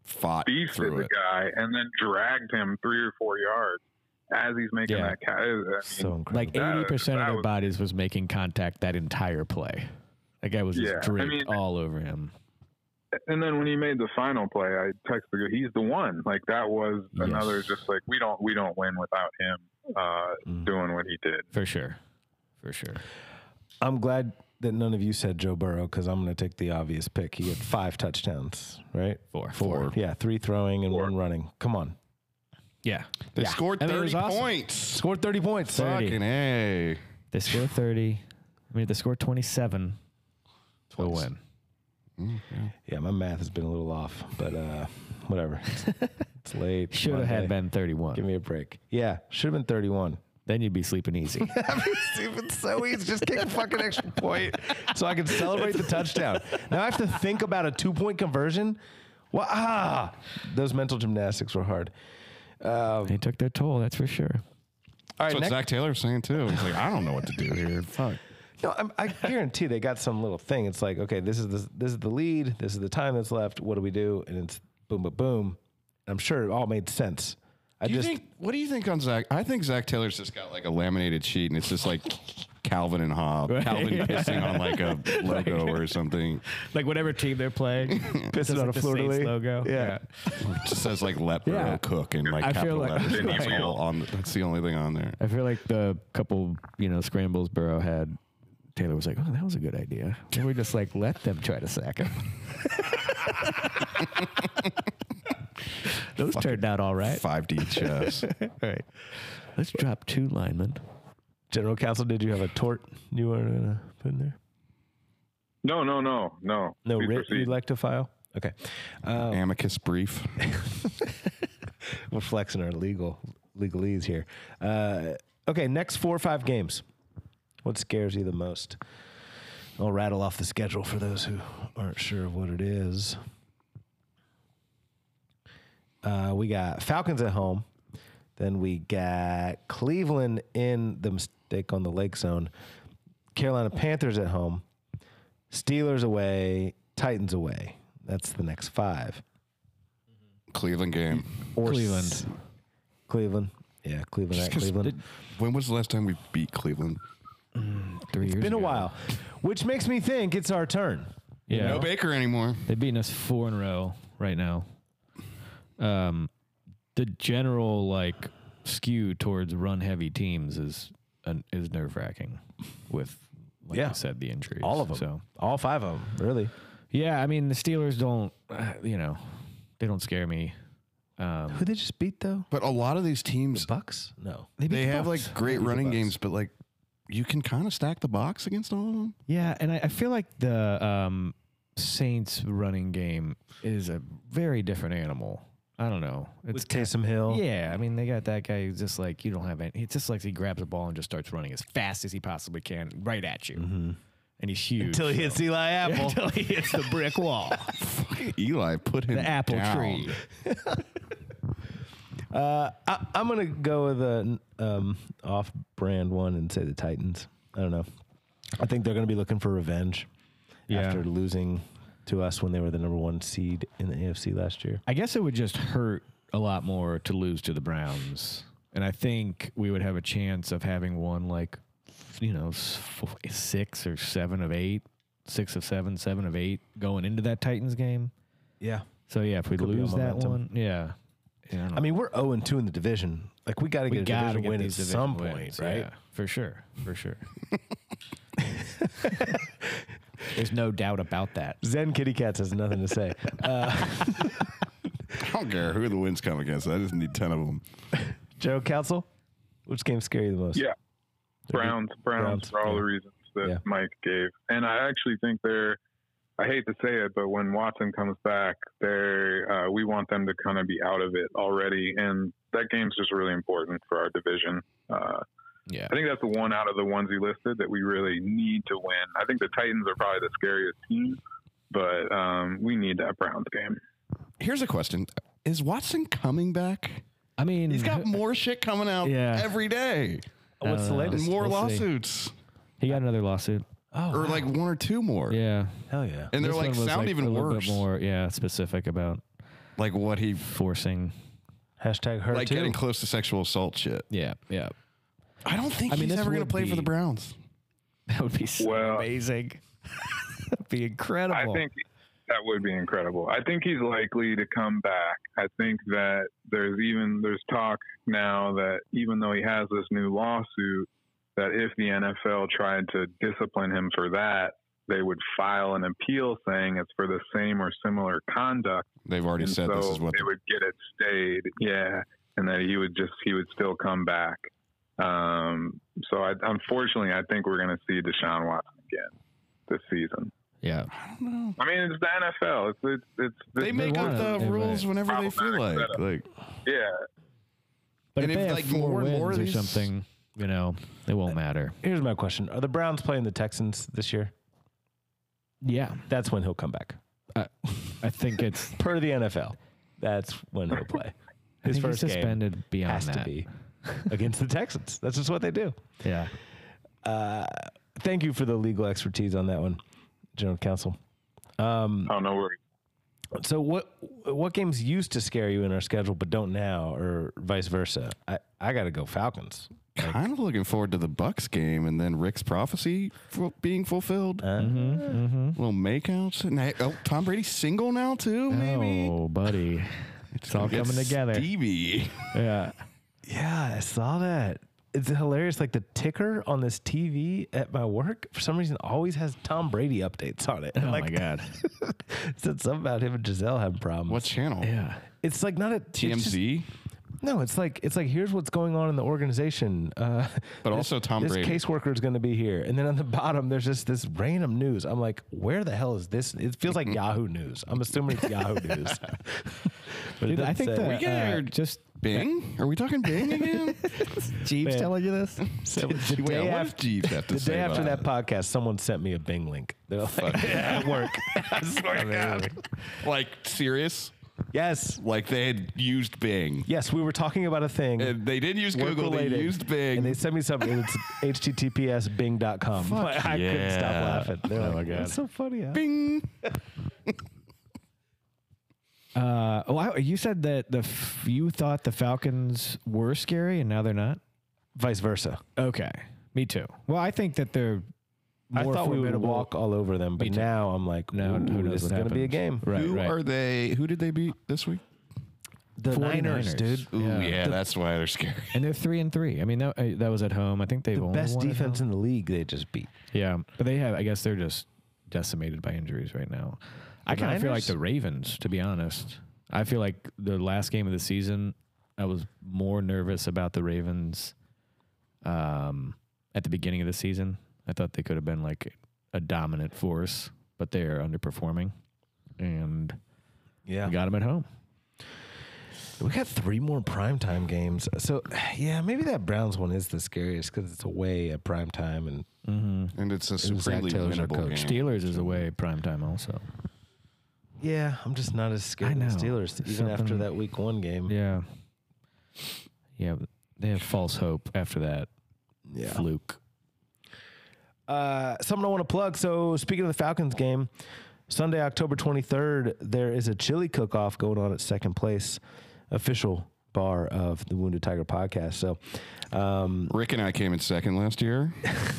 Fought
Beasted
through
the
it.
guy and then dragged him three or four yards as he's making
Yeah.
that catch. I mean,
So incredible.
Like
That-
eighty percent of
that
their
was-
bodies was making contact that entire play. That guy was just
Yeah, I
draped
mean-
all over him.
and then when he made the final play, I texted, "He's the one." Like that was
Yes.
another just like we don't we don't win without him uh,
Mm.
doing what he did.
For sure. For sure.
I'm glad that none of you said Joe Burrow because I'm going to take the obvious pick. He had five touchdowns, right?
Four.
Four. Yeah, three throwing and
Four.
one running. Come on,
Yeah.
They
Yeah.
scored
I
30
mean, it was awesome.
points.
scored 30 points.
30.
Fucking A.
They score thirty. I mean if they score twenty seven, they'll
Twice.
win.
Yeah, my math has been a little off, but uh, whatever. it's late.
Should have
Monday.
had been thirty
Give
one.
me a break. Yeah, should have been 31.
Then you'd be sleeping easy.
It's so easy. Just kick a fucking extra point so I can celebrate the touchdown. Now I have to think about a two point conversion. Wha ah, those mental gymnastics were hard.
they took their toll, that's for sure.
All right,
That's what
next-
Zach Taylor's saying too. He's like, I don't know what to do here. Fuck.
No, I'm, I guarantee they got some little thing. It's like, okay, this is the, this is the lead. This is the time that's left. What do we do? And it's boom, boom, boom. I'm sure it all made sense. I
Do you
just
think? What do you think on Zach? I think Zach Taylor's just got like a laminated sheet, and it's just like Calvin and Hobbes, Calvin pissing on like a logo or something.
like whatever team they're playing.
pissing on
like
a
the
Fleur de
Saints
Lis
logo.
Yeah.
It just says like Let Burrow
Yeah.
Cook and like
I
capital
feel like-
letters. and
Right.
that's all on. That's the only thing on there.
I feel like the couple, you know, scrambles Burrow had, Taylor was like, "Oh, that was a good idea." And we're just like, "Let them try to sack him." Those turned out all right.
Five D chess.
All right, let's drop two linemen.
General Counsel, did you have a tort you were gonna put in there?
No, no, no, no.
No
Please
writ
proceed.
you'd like to file? Okay.
Oh.
Um,
Amicus brief.
We're flexing our legal legalese here. Uh, okay, next four or five games. What scares you the most? I'll rattle off the schedule for those who aren't sure of what it is. Uh, we got Falcons at home. Then we got Cleveland in the mistake on the lake zone. Carolina Panthers at home. Steelers away. Titans away. That's the next five.
Cleveland game.
Or
Cleveland.
s- Cleveland. Yeah, Cleveland
Just
at
'cause
Cleveland.
did- when was the last time we beat Cleveland?
Three years.
Been a
ago.
while, which makes me think it's our turn.
Yeah,
No Baker anymore.
They've beaten us four in a row right now. Um, the general like skew towards run heavy teams is an, is nerve wracking. With like
Yeah.
you said, the injuries,
All of them,
So
all five of them, really.
yeah, I mean the Steelers don't, uh, you know, they don't scare me. Um,
Who they just beat though?
But a lot of these teams,
Bucks? No.
beat
they
the
have
Bucks.
like great running games, but like you can kind of stack the box against all of them.
Yeah, and I, I feel like the um, Saints running game is a very different animal. I don't know. It's
With Taysom Hill.
yeah. I mean, they got that guy who's just like you don't have any. It's just like he grabs a ball and just starts running as fast as he possibly can right at you, and he's huge
Mm-hmm. Until he hits Eli Apple.
until he hits the brick wall,
Eli put him
the apple
down.
tree.
Uh, I, I'm gonna go with an um, off-brand one and say the Titans. I don't know. I think they're gonna be looking for revenge
Yeah.
after losing to us when they were the number one seed in the AFC last year.
I guess it would just hurt a lot more to lose to the Browns. And I think we would have a chance of having won like, you know, s- four- six or seven of eight, six of seven, seven of eight going into that Titans game.
Yeah.
So yeah, if we
Could be
lose
on
that
momentum.
one, yeah. yeah
I mean, we're 0 2 in the division. Like, we got to get a division win at some point, right?
for sure, for sure. There's no doubt about that.
Zen Kitty Cats has nothing to say. Uh,
I don't care who the wins come against. I just need ten of them.
Joe Council, which game scare you the most?
Yeah. Browns, Browns,
Browns,
for all
yeah.
the reasons that
Yeah.
Mike gave. And I actually think they're, I hate to say it, but when Watson comes back, they're, uh, we want them to kind of be out of it already. And that game's just really important for our division. Uh,
Yeah.
I think that's the one out of the ones he listed that we really need to win. I think the Titans are probably the scariest team, but um, we need that Browns game.
Here's a question: Is Watson coming back?
I mean,
He's got more shit coming out
Mm. Yeah.
every day.
What's the
Uh,
latest?
More
we'll see.
lawsuits,
he got another lawsuit.
Oh,
or like one or two more.
Yeah.
hell yeah.
And they're
This
like
one was,
sound
a
even
little bit
worse.
more, yeah, specific about
Like what he
forcing.
Hashtag her
like
too.
getting close to sexual assault shit.
Yeah, yeah.
I don't think
I mean,
he's
this
ever gonna
would
play
be-
for the Browns.
That would be so
Well-
amazing. That'd be incredible.
I think that would be incredible. I think he's likely to come back. I think that there's even there's talk now that even though he has this new lawsuit, that if the NFL tried to discipline him for that, they would file an appeal saying it's for the same or similar conduct.
They've already
and
said
so
this is what
they
the-
would get it stayed. Yeah, and that he would just he would still come back. Um, so I, unfortunately, I think we're going to see Deshaun Watson again this season.
yeah.
I don't know.
I mean, it's the NFL. It's it's, it's this,
They make
wanna-
up the
they
uh,
might.
rules whenever they feel like.
Problematic
Like
yeah.
But
And
if,
if,
they have
like,
four
more and
wins
more of
or
these-
something, you know, it won't matter.
Here's my question Are the Browns playing the Texans this year?
Yeah.
That's when he'll come back.
I, I think it's
Per the NFL, that's when he'll play.
I
His
think he's
first game
suspended beyond
has
that.
to be. against the Texans. That's just what they do.
Yeah.
Thank you for the legal expertise on that one, General Counsel.
Oh, no worries.
So what what games used to scare you in our schedule but don't now, or vice versa? I I got to go Falcons.
Kind of looking forward to the Bucks game and then Rick's prophecy fu- being fulfilled.
Uh,
Mm-hmm, Little makeouts. And I- oh, Tom Brady's single now too. Maybe
Oh, buddy. It's all
Gets
coming together.
Stevie.
Yeah.
Yeah, I saw that. It's hilarious. Like the ticker on this TV at my work, for some reason, always has Tom Brady updates on it.
Oh
like,
my god.
said something about him and Giselle having problems.
What channel?
Yeah.
It's like not a it's just-
TMZ.
Uh, no, it's like it's like here's what's going on in the organization. Uh,
But also Tom
this
Brady.
caseworker is going to be here, and then on the bottom there's just this random news. I'm like, where the hell is this? It feels like Yahoo News. I'm assuming it's Yahoo News. but it
Dude, I
doesn't
think
say-
that
get
uh,
our-
just
Bing? Are we talking Bing again?
Jeeves
telling
you this.
So the
Wait,
day
what
after-
does Jeeves have to
the
say
day after that
about
podcast, someone sent me a Bing link. They're like, at work. I swear to God.
that? Like serious?
Yes.
Like they had used Bing.
Yes, we were talking about a thing.
And they didn't use
work
Google.
related,
They used Bing.
And they sent me something. and It's https bing.com. Like, I couldn't stop
yeah.
laughing. They're
Oh
like,
my God.
That's so funny. Huh?
Bing.
Uh, oh, I, you said that the f- you thought the Falcons were scary and now they're not.
Vice versa.
Okay, me too. Well, I think that they're.
I
more
thought we would
formidable.
walk all over them, but
Me too.
now I'm like,
Now
no,
who knows
this is
what
going to be a
happens.
game.
Right,
who
right.
are they? Who did they beat this week?
The Niners,
49ers.
dude.
Ooh,
Yeah.
yeah, that's why they're scary.
And they're three and three. I mean, that, uh, that was at home. I think they've
The
only
best
won at
defense
home.
in the league they just beat.
Yeah, but they have. I guess they're just decimated by injuries right now. I kind of feel like
Niners?
the Ravens, to be honest. I feel like the last game of the season, I was more nervous about the Ravens. Um, at the beginning of the season, I thought they could have been like a dominant force, but they are underperforming, and
Yeah.
we got them at home.
We got three more primetime games. So, yeah, maybe that Browns one is the scariest because it's away at primetime. And
And it's a
Zach
supremely
Taylor's our
winnable
coach.
game.
Mm-hmm. Steelers is away primetime also.
yeah, I'm just not as scared
I
of the
know.
Steelers
There's
even after
something-
that week one game.
Yeah. Yeah, they have false hope after that
Yeah.
fluke.
Uh, something I want to plug. So, speaking of the Falcons game, Sunday, October 23rd, there is a chili cook off going on at Second Place, official bar of the Wounded Tiger podcast. So, um,
Rick and I came in second last year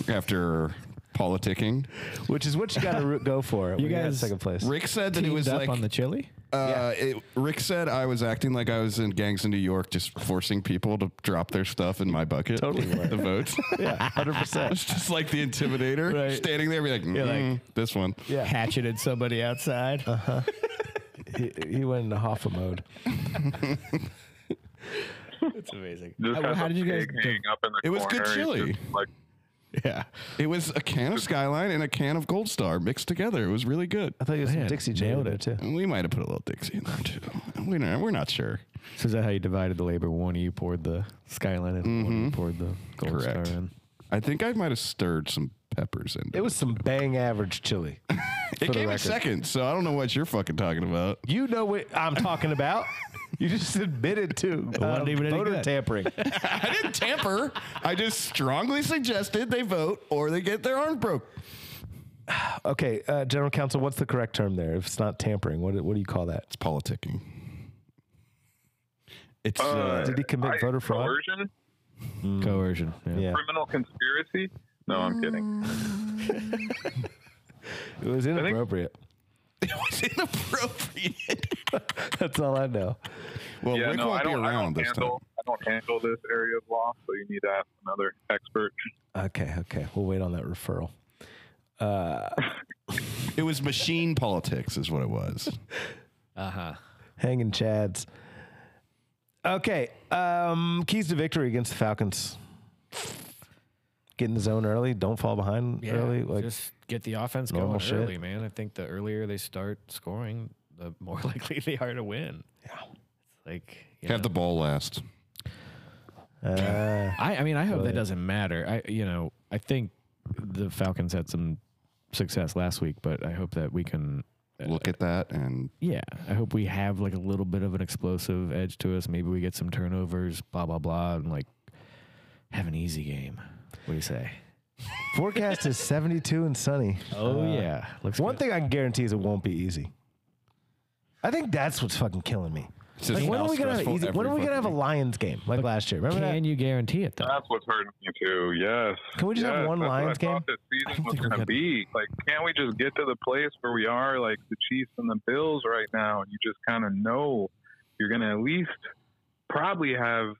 after politicking.
which is what you got to go for. when you're at
guys-
second place.
Rick said that it was
Teamed up
like
on the chili.
Uh, it, Rick said I was acting like I was in gangs in New York, just forcing people to drop their stuff in my bucket. Totally, the votes.
yeah, 100%.
It's just like the intimidator
Right.
standing there, be like,
like-
"Mm, this one.
Yeah.
hatcheted somebody outside.
he, he went into Hoffa mode.
That's amazing.
Just
Uh, well,
has
how
a
did you guys?
pig hanging up in the
It was good
corner. He's
chili.
just Like,
yeah,
It was a can of Skyline and a can of Gold Star mixed together. It was really good.
I thought he was some
Man,
Dixie Jelly
nailed
there
it.
too.
And we might have put a little Dixie in there too. We're not, we're not sure.
So is that how you divided the labor? One you poured the skyline in, one you poured the gold
Correct.
star in.
I think I might have stirred some peppers in.
It was some bang average chili.
It
the
came in
record.
second, so I don't know what you're fucking talking about.
You know what I'm talking about. You just admitted to um,
wasn't even any
voter
good.
tampering.
I didn't tamper. I just strongly suggested they vote or they get their arm broke.
Okay, uh, General Counsel, what's the correct term there? If it's not tampering, what do- what do you call that?
It's politicking. It's
uh,
uh,
Did he commit
I-
voter fraud?
Coercion?
Coercion. Mm-hmm. Yeah.
Yeah,
Criminal conspiracy? No, I'm kidding.
it was inappropriate.
it was inappropriate.
That's all I know.
Well,
yeah,
Rick
no,
won't
I
be
don't, I
around
don't
this time.
handle. I don't handle this area of law, so you need to ask another expert.
Okay, okay, we'll wait on that referral.
It was machine politics, is what it was.
Uh-huh.
Hanging chads. Okay, um, keys to victory against the Falcons. Get in the zone early. Don't fall behind early. Like
just get the offense
normal
going
shit.
early, man. I think the earlier they start scoring, the more likely they are to win. Yeah. Like you know.
Have the ball last.
uh,
I, I mean, I hope that doesn't matter. I, you know, I think the Falcons had some success last week, but I hope that we can.
Look at that, and
Yeah, I hope we have like a little bit of an explosive edge to us. Maybe we get some turnovers, blah blah blah, and like Have an easy game. What do you say?
Forecast is 72 and sunny.
Oh yeah, looks
One thing I can guarantee is it won't be easy. I think that's what's fucking killing me.
It's just
Like, when are we gonna have
stressful
easy, when
every
are we gonna have a
fucking-
Lions game like last year? Remember
Can
that? Uh,
you guarantee it though?
That's what's hurting me too. Yes.
Can we just have
Yes,
one
that's what
Lions
I thought
game?
This
I
season
don't
was
think we
gonna
could.
be like, can't we just get to the place where we are, like the Chiefs and the Bills right now? And you just kind of know you're gonna at least probably have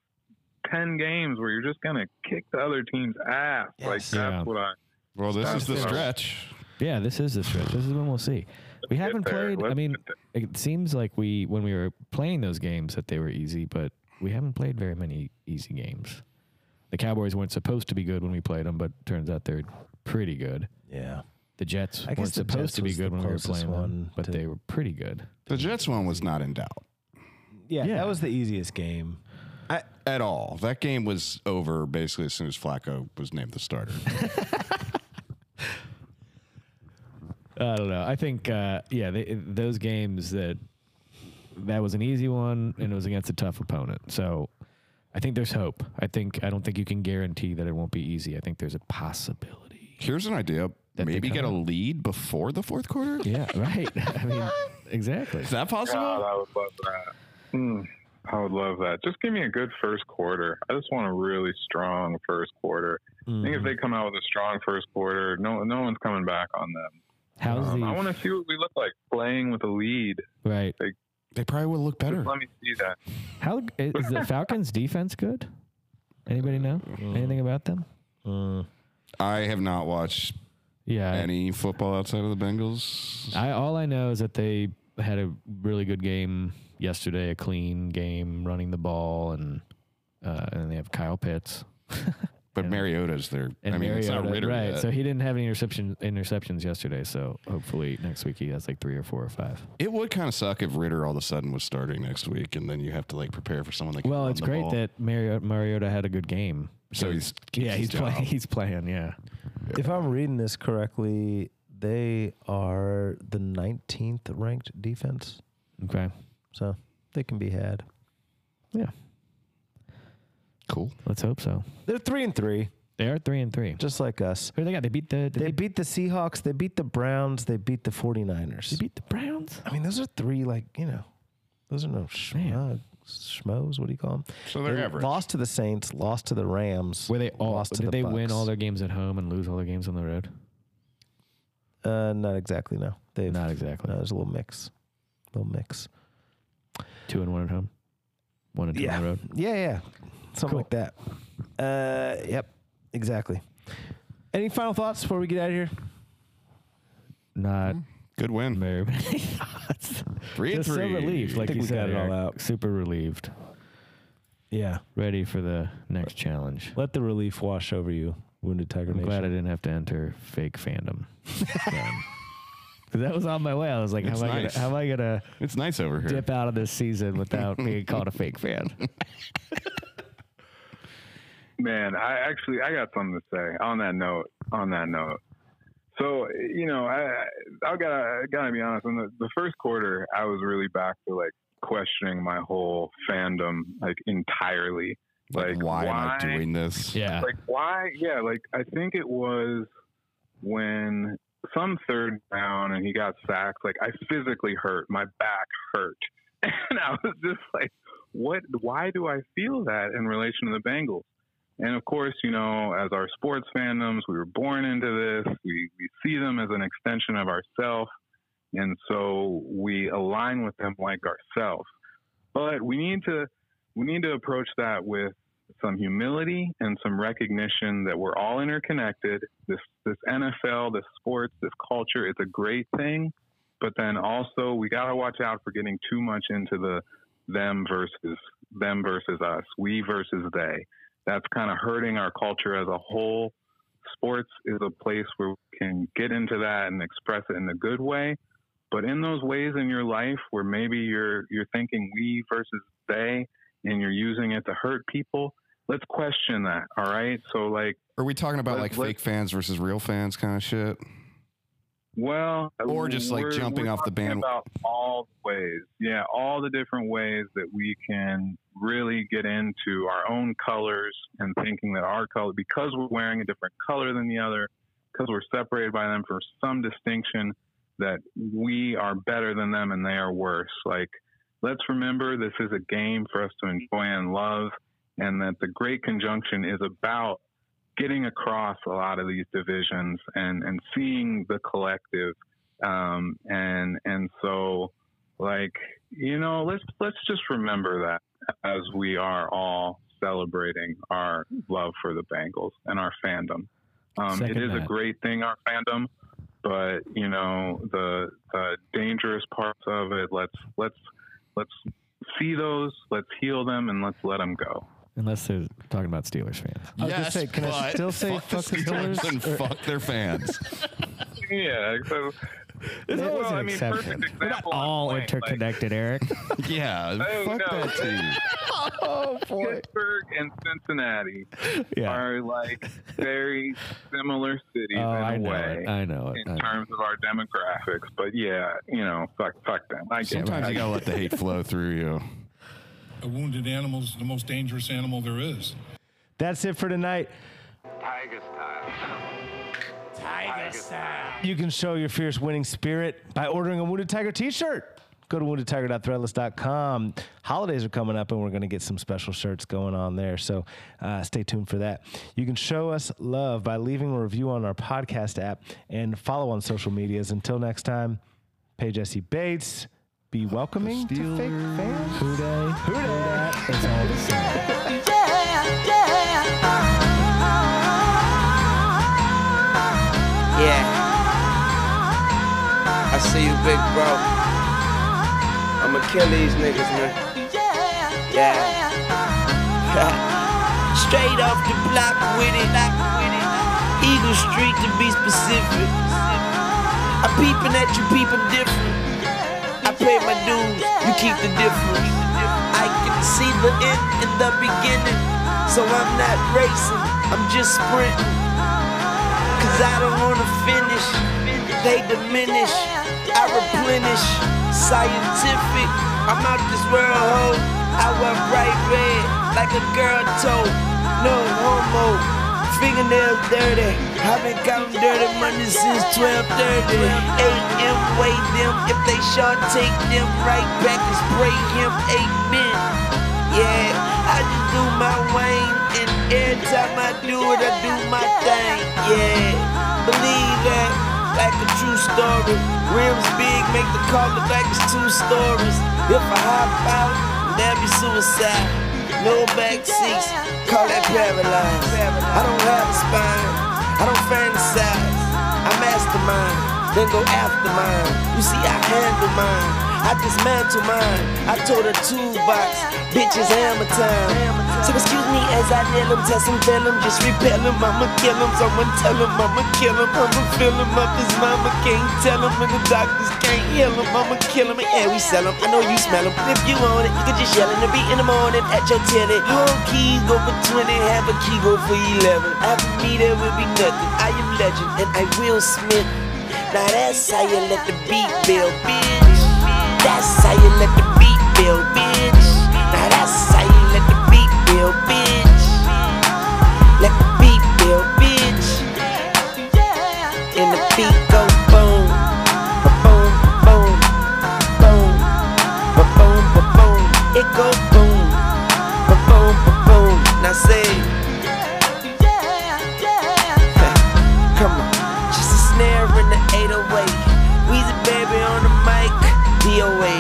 ten games where you're just gonna kick the other team's ass. Like
Yes.
that's
Yeah.
what I.
Well, this is the
That's-
stretch.
Yeah, this is the stretch. This is when we'll see. We
get
haven't
there.
played. I
Let's
mean,
get there.
it seems like we when we were playing those games that they were easy, but we haven't played very many easy games. The Cowboys weren't supposed to be good when we played them, but turns out they're pretty good.
Yeah.
The Jets
I guess the
weren't supposed
Jets
to be
was the
good when we were
closest
playing
one
them, but
to-
they were pretty good.
The Jets one was not in doubt
yeah,
Yeah.
That was the easiest game.
at, at all. That game was over basically as soon as Flacco was named the starter.
I don't know. I think uh, yeah, they, those games that that was an easy one and it was against a tough opponent. So I think there's hope. I think I don't think you can guarantee that it won't be easy. I think there's a possibility.
Here's an idea:
That they
maybe get a
come
lead before the fourth quarter.
Yeah, right. I mean, exactly.
Is that possible?
God, I would love that. Mm, I would love that. Just give me a good first quarter. I just want a really strong first quarter. I think if they come out with a strong first quarter, no, no one's coming back on them.
How's
Um,
the
I want to see what we look like playing with a lead.
right?
They probably will look better.
Just let me see that.
How is the Falcons' defense good? Anybody know anything about them?
I have not watched
Yeah, I-
any football outside of the Bengals.
I all I know is that they had a really good game yesterday, a clean game running the ball, and uh, and they have Kyle Pitts
But Mariota's there.
and
I mean, it's not
Mariota,
Ritter
right?
yet.
So he didn't have any interception interceptions yesterday. So hopefully next week he has like three or four or five.
it would kind of suck if Ritter all of a sudden was starting next week, and then you have to like prepare for someone that. Can
Well,
run
it's
the
great
ball.
that Mariota, Mariota had a good game.
So he's
Yeah,
keeps
he's
his job.
playing. He's playing. Yeah,
If I'm reading this correctly, they are the 19th ranked defense,
okay,
so they can be had.
yeah.
Cool.
Let's hope so.
They're three and three,
They are three and three.
just like us.
Who they got? They beat the.
They beat the Seahawks. They beat the Browns. They beat the 49ers.
they beat the Browns.
I mean, those are three, like, you know, those are no schmugs,
Man.
schmoes. What do you call them?
So they're
They
average.
Lost to the Saints, lost to the Rams.
Were they all?
lost to
did
the
they win
Bucks.
all their games at home and lose all their games on the road?
Uh, not exactly, no. They've,
Not exactly.
no, there's a little mix. Little mix.
Two and one at home. One and two on the road.
Yeah, yeah. Something like that. Uh, yep, exactly. Any final thoughts before we get out of here?
Not
Good
Mm-hmm.
win.
very many thoughts.
Three and
Just so
three.
relieved, like
think
you
we got
said,
it all
Eric.
out.
Super relieved.
Yeah.
Ready for the next challenge.
Let the relief wash over you, Wounded Tiger
I'm
Nation.
glad I didn't have to enter fake fandom. Because that was on my way. I was like, how
It's
am, I gonna,
nice.
how am I gonna
It's nice over here.
dip out of this season without being called a fake fan?
Man, I actually I got something to say on that note. On that note, so you know, I I gotta gotta be honest. In the, the first quarter, I was really back to like questioning my whole fandom like entirely.
Like,
Like,
why, am I
why-
doing this?
Yeah.
Like why? Yeah, like I think it was when some third down and he got sacked. Like I physically hurt, my back hurt, and I was just like, what? Why do I feel that in relation to the Bengals? And of course, you know, as our sports fandoms, we were born into this. We we see them as an extension of ourselves, and so we align with them like ourselves. But we need to we need to approach that with some humility and some recognition that we're all interconnected. This this NFL, this sports, this culture, it's a great thing, but then also we got to watch out for getting too much into the them versus them versus us, we versus they. That's kind of hurting our culture as a whole. Sports is a place where we can get into that and express it in a good way. But in those ways in your life where maybe you're you're thinking we versus they and you're using it to hurt people, let's question that. All right. So like,
Are we talking about
Let-
like
let-
fake fans versus real fans kind of shit?
well,
Or just, like,
we're-
jumping
we're
off the
talking
band-
about all the ways. Yeah, all the different ways that we can really get into our own colors and thinking that our color, because we're wearing a different color than the other, because we're separated by them for some distinction, that we are better than them and they are worse. Like, let's remember this is a game for us to enjoy and love, and that the Great Conjunction is about getting across a lot of these divisions and and seeing the collective um and and so like you know let's let's just remember that as we are all celebrating our love for the Bengals and our fandom um it
Second
is a
that.
great thing our fandom but you know the the dangerous parts of it let's let's let's see those let's heal them and let's let them go
Unless they're talking about Steelers fans.
I was gonna say, can I
but
still say fuck the
Steelers
Steelers,
and fuck their fans.
yeah so
There was
well,
an
I mean, perfect
exception. We're not
example on
all
point, like-
interconnected, Eric.
yeah,
Oh,
fuck
no.
that team.
Oh,
Pittsburgh and Cincinnati
yeah.
are like very similar cities
Oh,
in a
I know
way
it. uh, I know it.
in
I know it.
terms of our demographics. But yeah, you know, fuck, fuck them. I get
Sometimes
it.
you gotta let the hate flow through you.
A wounded animal is the most dangerous animal there is.
That's it for tonight.
Tiger style.
You can show your fierce winning spirit by ordering a Wounded Tiger t-shirt. Go to woundedtiger.threadless.com. Holidays are coming up, and we're going to get some special shirts going on there. So uh, stay tuned for that. You can show us love by leaving a review on our podcast app and follow on social medias. Until next time, Paige Jesse Bates. Be welcoming to fake fans. Who day? Who day? It's all the same.
Yeah. I see you, big bro. I'ma kill these niggas, man. Yeah. Straight off the block with it. Eagle Street to be specific. I'm peeping at you, peep, I'm different. I pay my dues, you keep the difference. I can see the end in the beginning. So I'm not racing, I'm just sprinting. Cause I don't wanna finish. They diminish, I replenish. Scientific, I'm out this world, ho. I wear bright red like a girl toe. No homo, fingernails dirty. I've been counting dirty money since 12:30. 8 M, weigh them. If they short, take them right back and spray him. Amen. Yeah, I just do my Wayne, and every time I do it, I do my thing. Yeah, believe that, like a true story. Rims big, make the car look like it's two stories. If I hop out, that'd be suicide. No back seats, call that paralyzed. I don't have a spine, I don't fantasize. I mastermind, then go after mine. You see, I handle mine. I dismantle mine. I told her toolbox, bitches hammer time. So excuse me as I nail him, test him, tell him, just repel him. I'ma kill him, someone tell him, I'ma kill him. I'ma fill him up, his mama can't tell him, and the doctors can't heal him. I'ma kill him, and yeah, we sell him. I know you smell him. If you want it, you can just yell in the beat in the morning at your telly. Whole key go for 20, have a key go for 11. After me, there will be nothing. I am legend, and I will Smith. Now that's how you let the beat build, bitch. That's how you let the beat build, bitch. Now that's how you let the beat build, bitch. Let the beat build, bitch. And the beat go boom, ba-boom, ba-boom, boom, ba-boom, ba-boom. It go boom, ba-boom, ba-boom. Now say. Come on, just a snare in the 808. Weezy baby on the mic, DOA.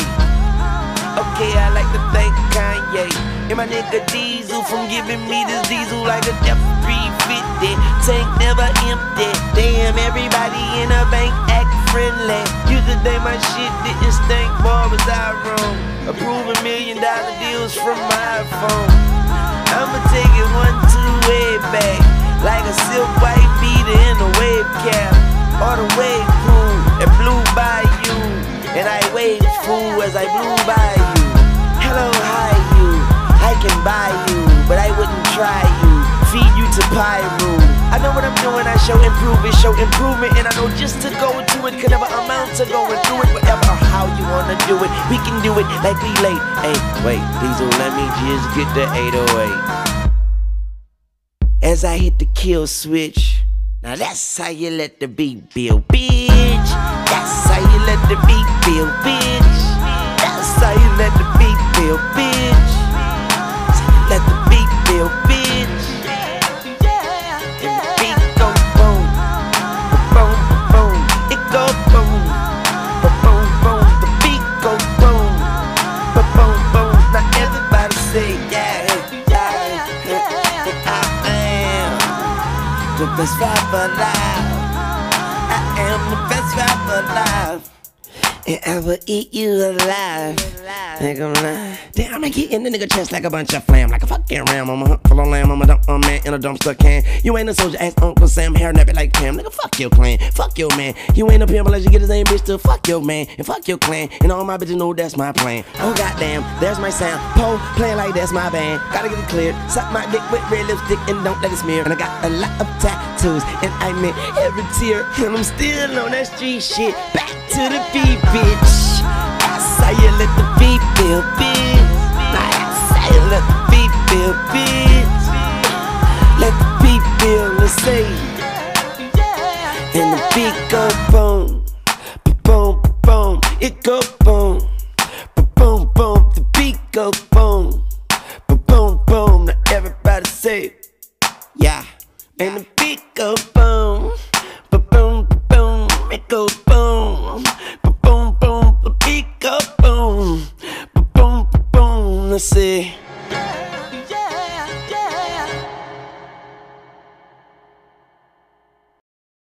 Okay, I like to thank Kanye and my nigga Diesel from giving me this diesel like a F350. Tank never empty. Damn, everybody in the bank act friendly. You today my shit didn't stink, boy, was I wrong? Approving million dollar deals from my iPhone. I'ma take it one, two, way back. Like a silk white beater in a wave cap. Or the wave pool that blew by you. And I wave fool as I blew by you. Hello, hi, you. I can buy you, but I wouldn't try you. Feed you to Pyro. I know know what I'm doing, I show improve it, show improvement. And I know just to go to it can never amount to going through it. Whatever or how you wanna do it, we can do it like we late. Hey, wait, please don't let me just get the 808. As I hit the kill switch, now that's how you let the beat build, bitch. That's how you let the beat build, bitch. That's how you let the beat build, bitch. That's how you Let the beat build, bitch. And the beat go boom, boom, boom. It go boom, boom, boom. The beat go boom, boom, boom. Now everybody say yeah, yeah, yeah, yeah. I am the best rapper alive. I am the best rapper alive. And I will eat you alive. Nigga, lie. Damn, I'ma get in the nigga chest like a bunch of flam. Like a fucking ram. I'm a hunt full of lamb. I'm a dump a man in a dumpster can. You ain't a soldier ass Uncle Sam. Hair nappy like Pam. Nigga, fuck your clan. Fuck your man. You ain't a pimp unless you get the same bitch to fuck your man. And fuck your clan. And all my bitches know that's my plan. Oh, goddamn. There's my sound. Poe playing like that's my band. Gotta get it cleared. Suck my dick with red lipstick and don't let it smear. And I got a lot of tattoos. And I meant every tear. And I'm still on that street shit. Back to the beat, bitch. That's how you let the beat build, bitch. That's how you let the beat build, bitch. Let the beat build, let's say. And the beat go boom, boom, boom. It go boom, boom, boom. The beat go boom, boom, boom. Now everybody say. Yeah. And the beat go boom, ba boom, ba boom, it go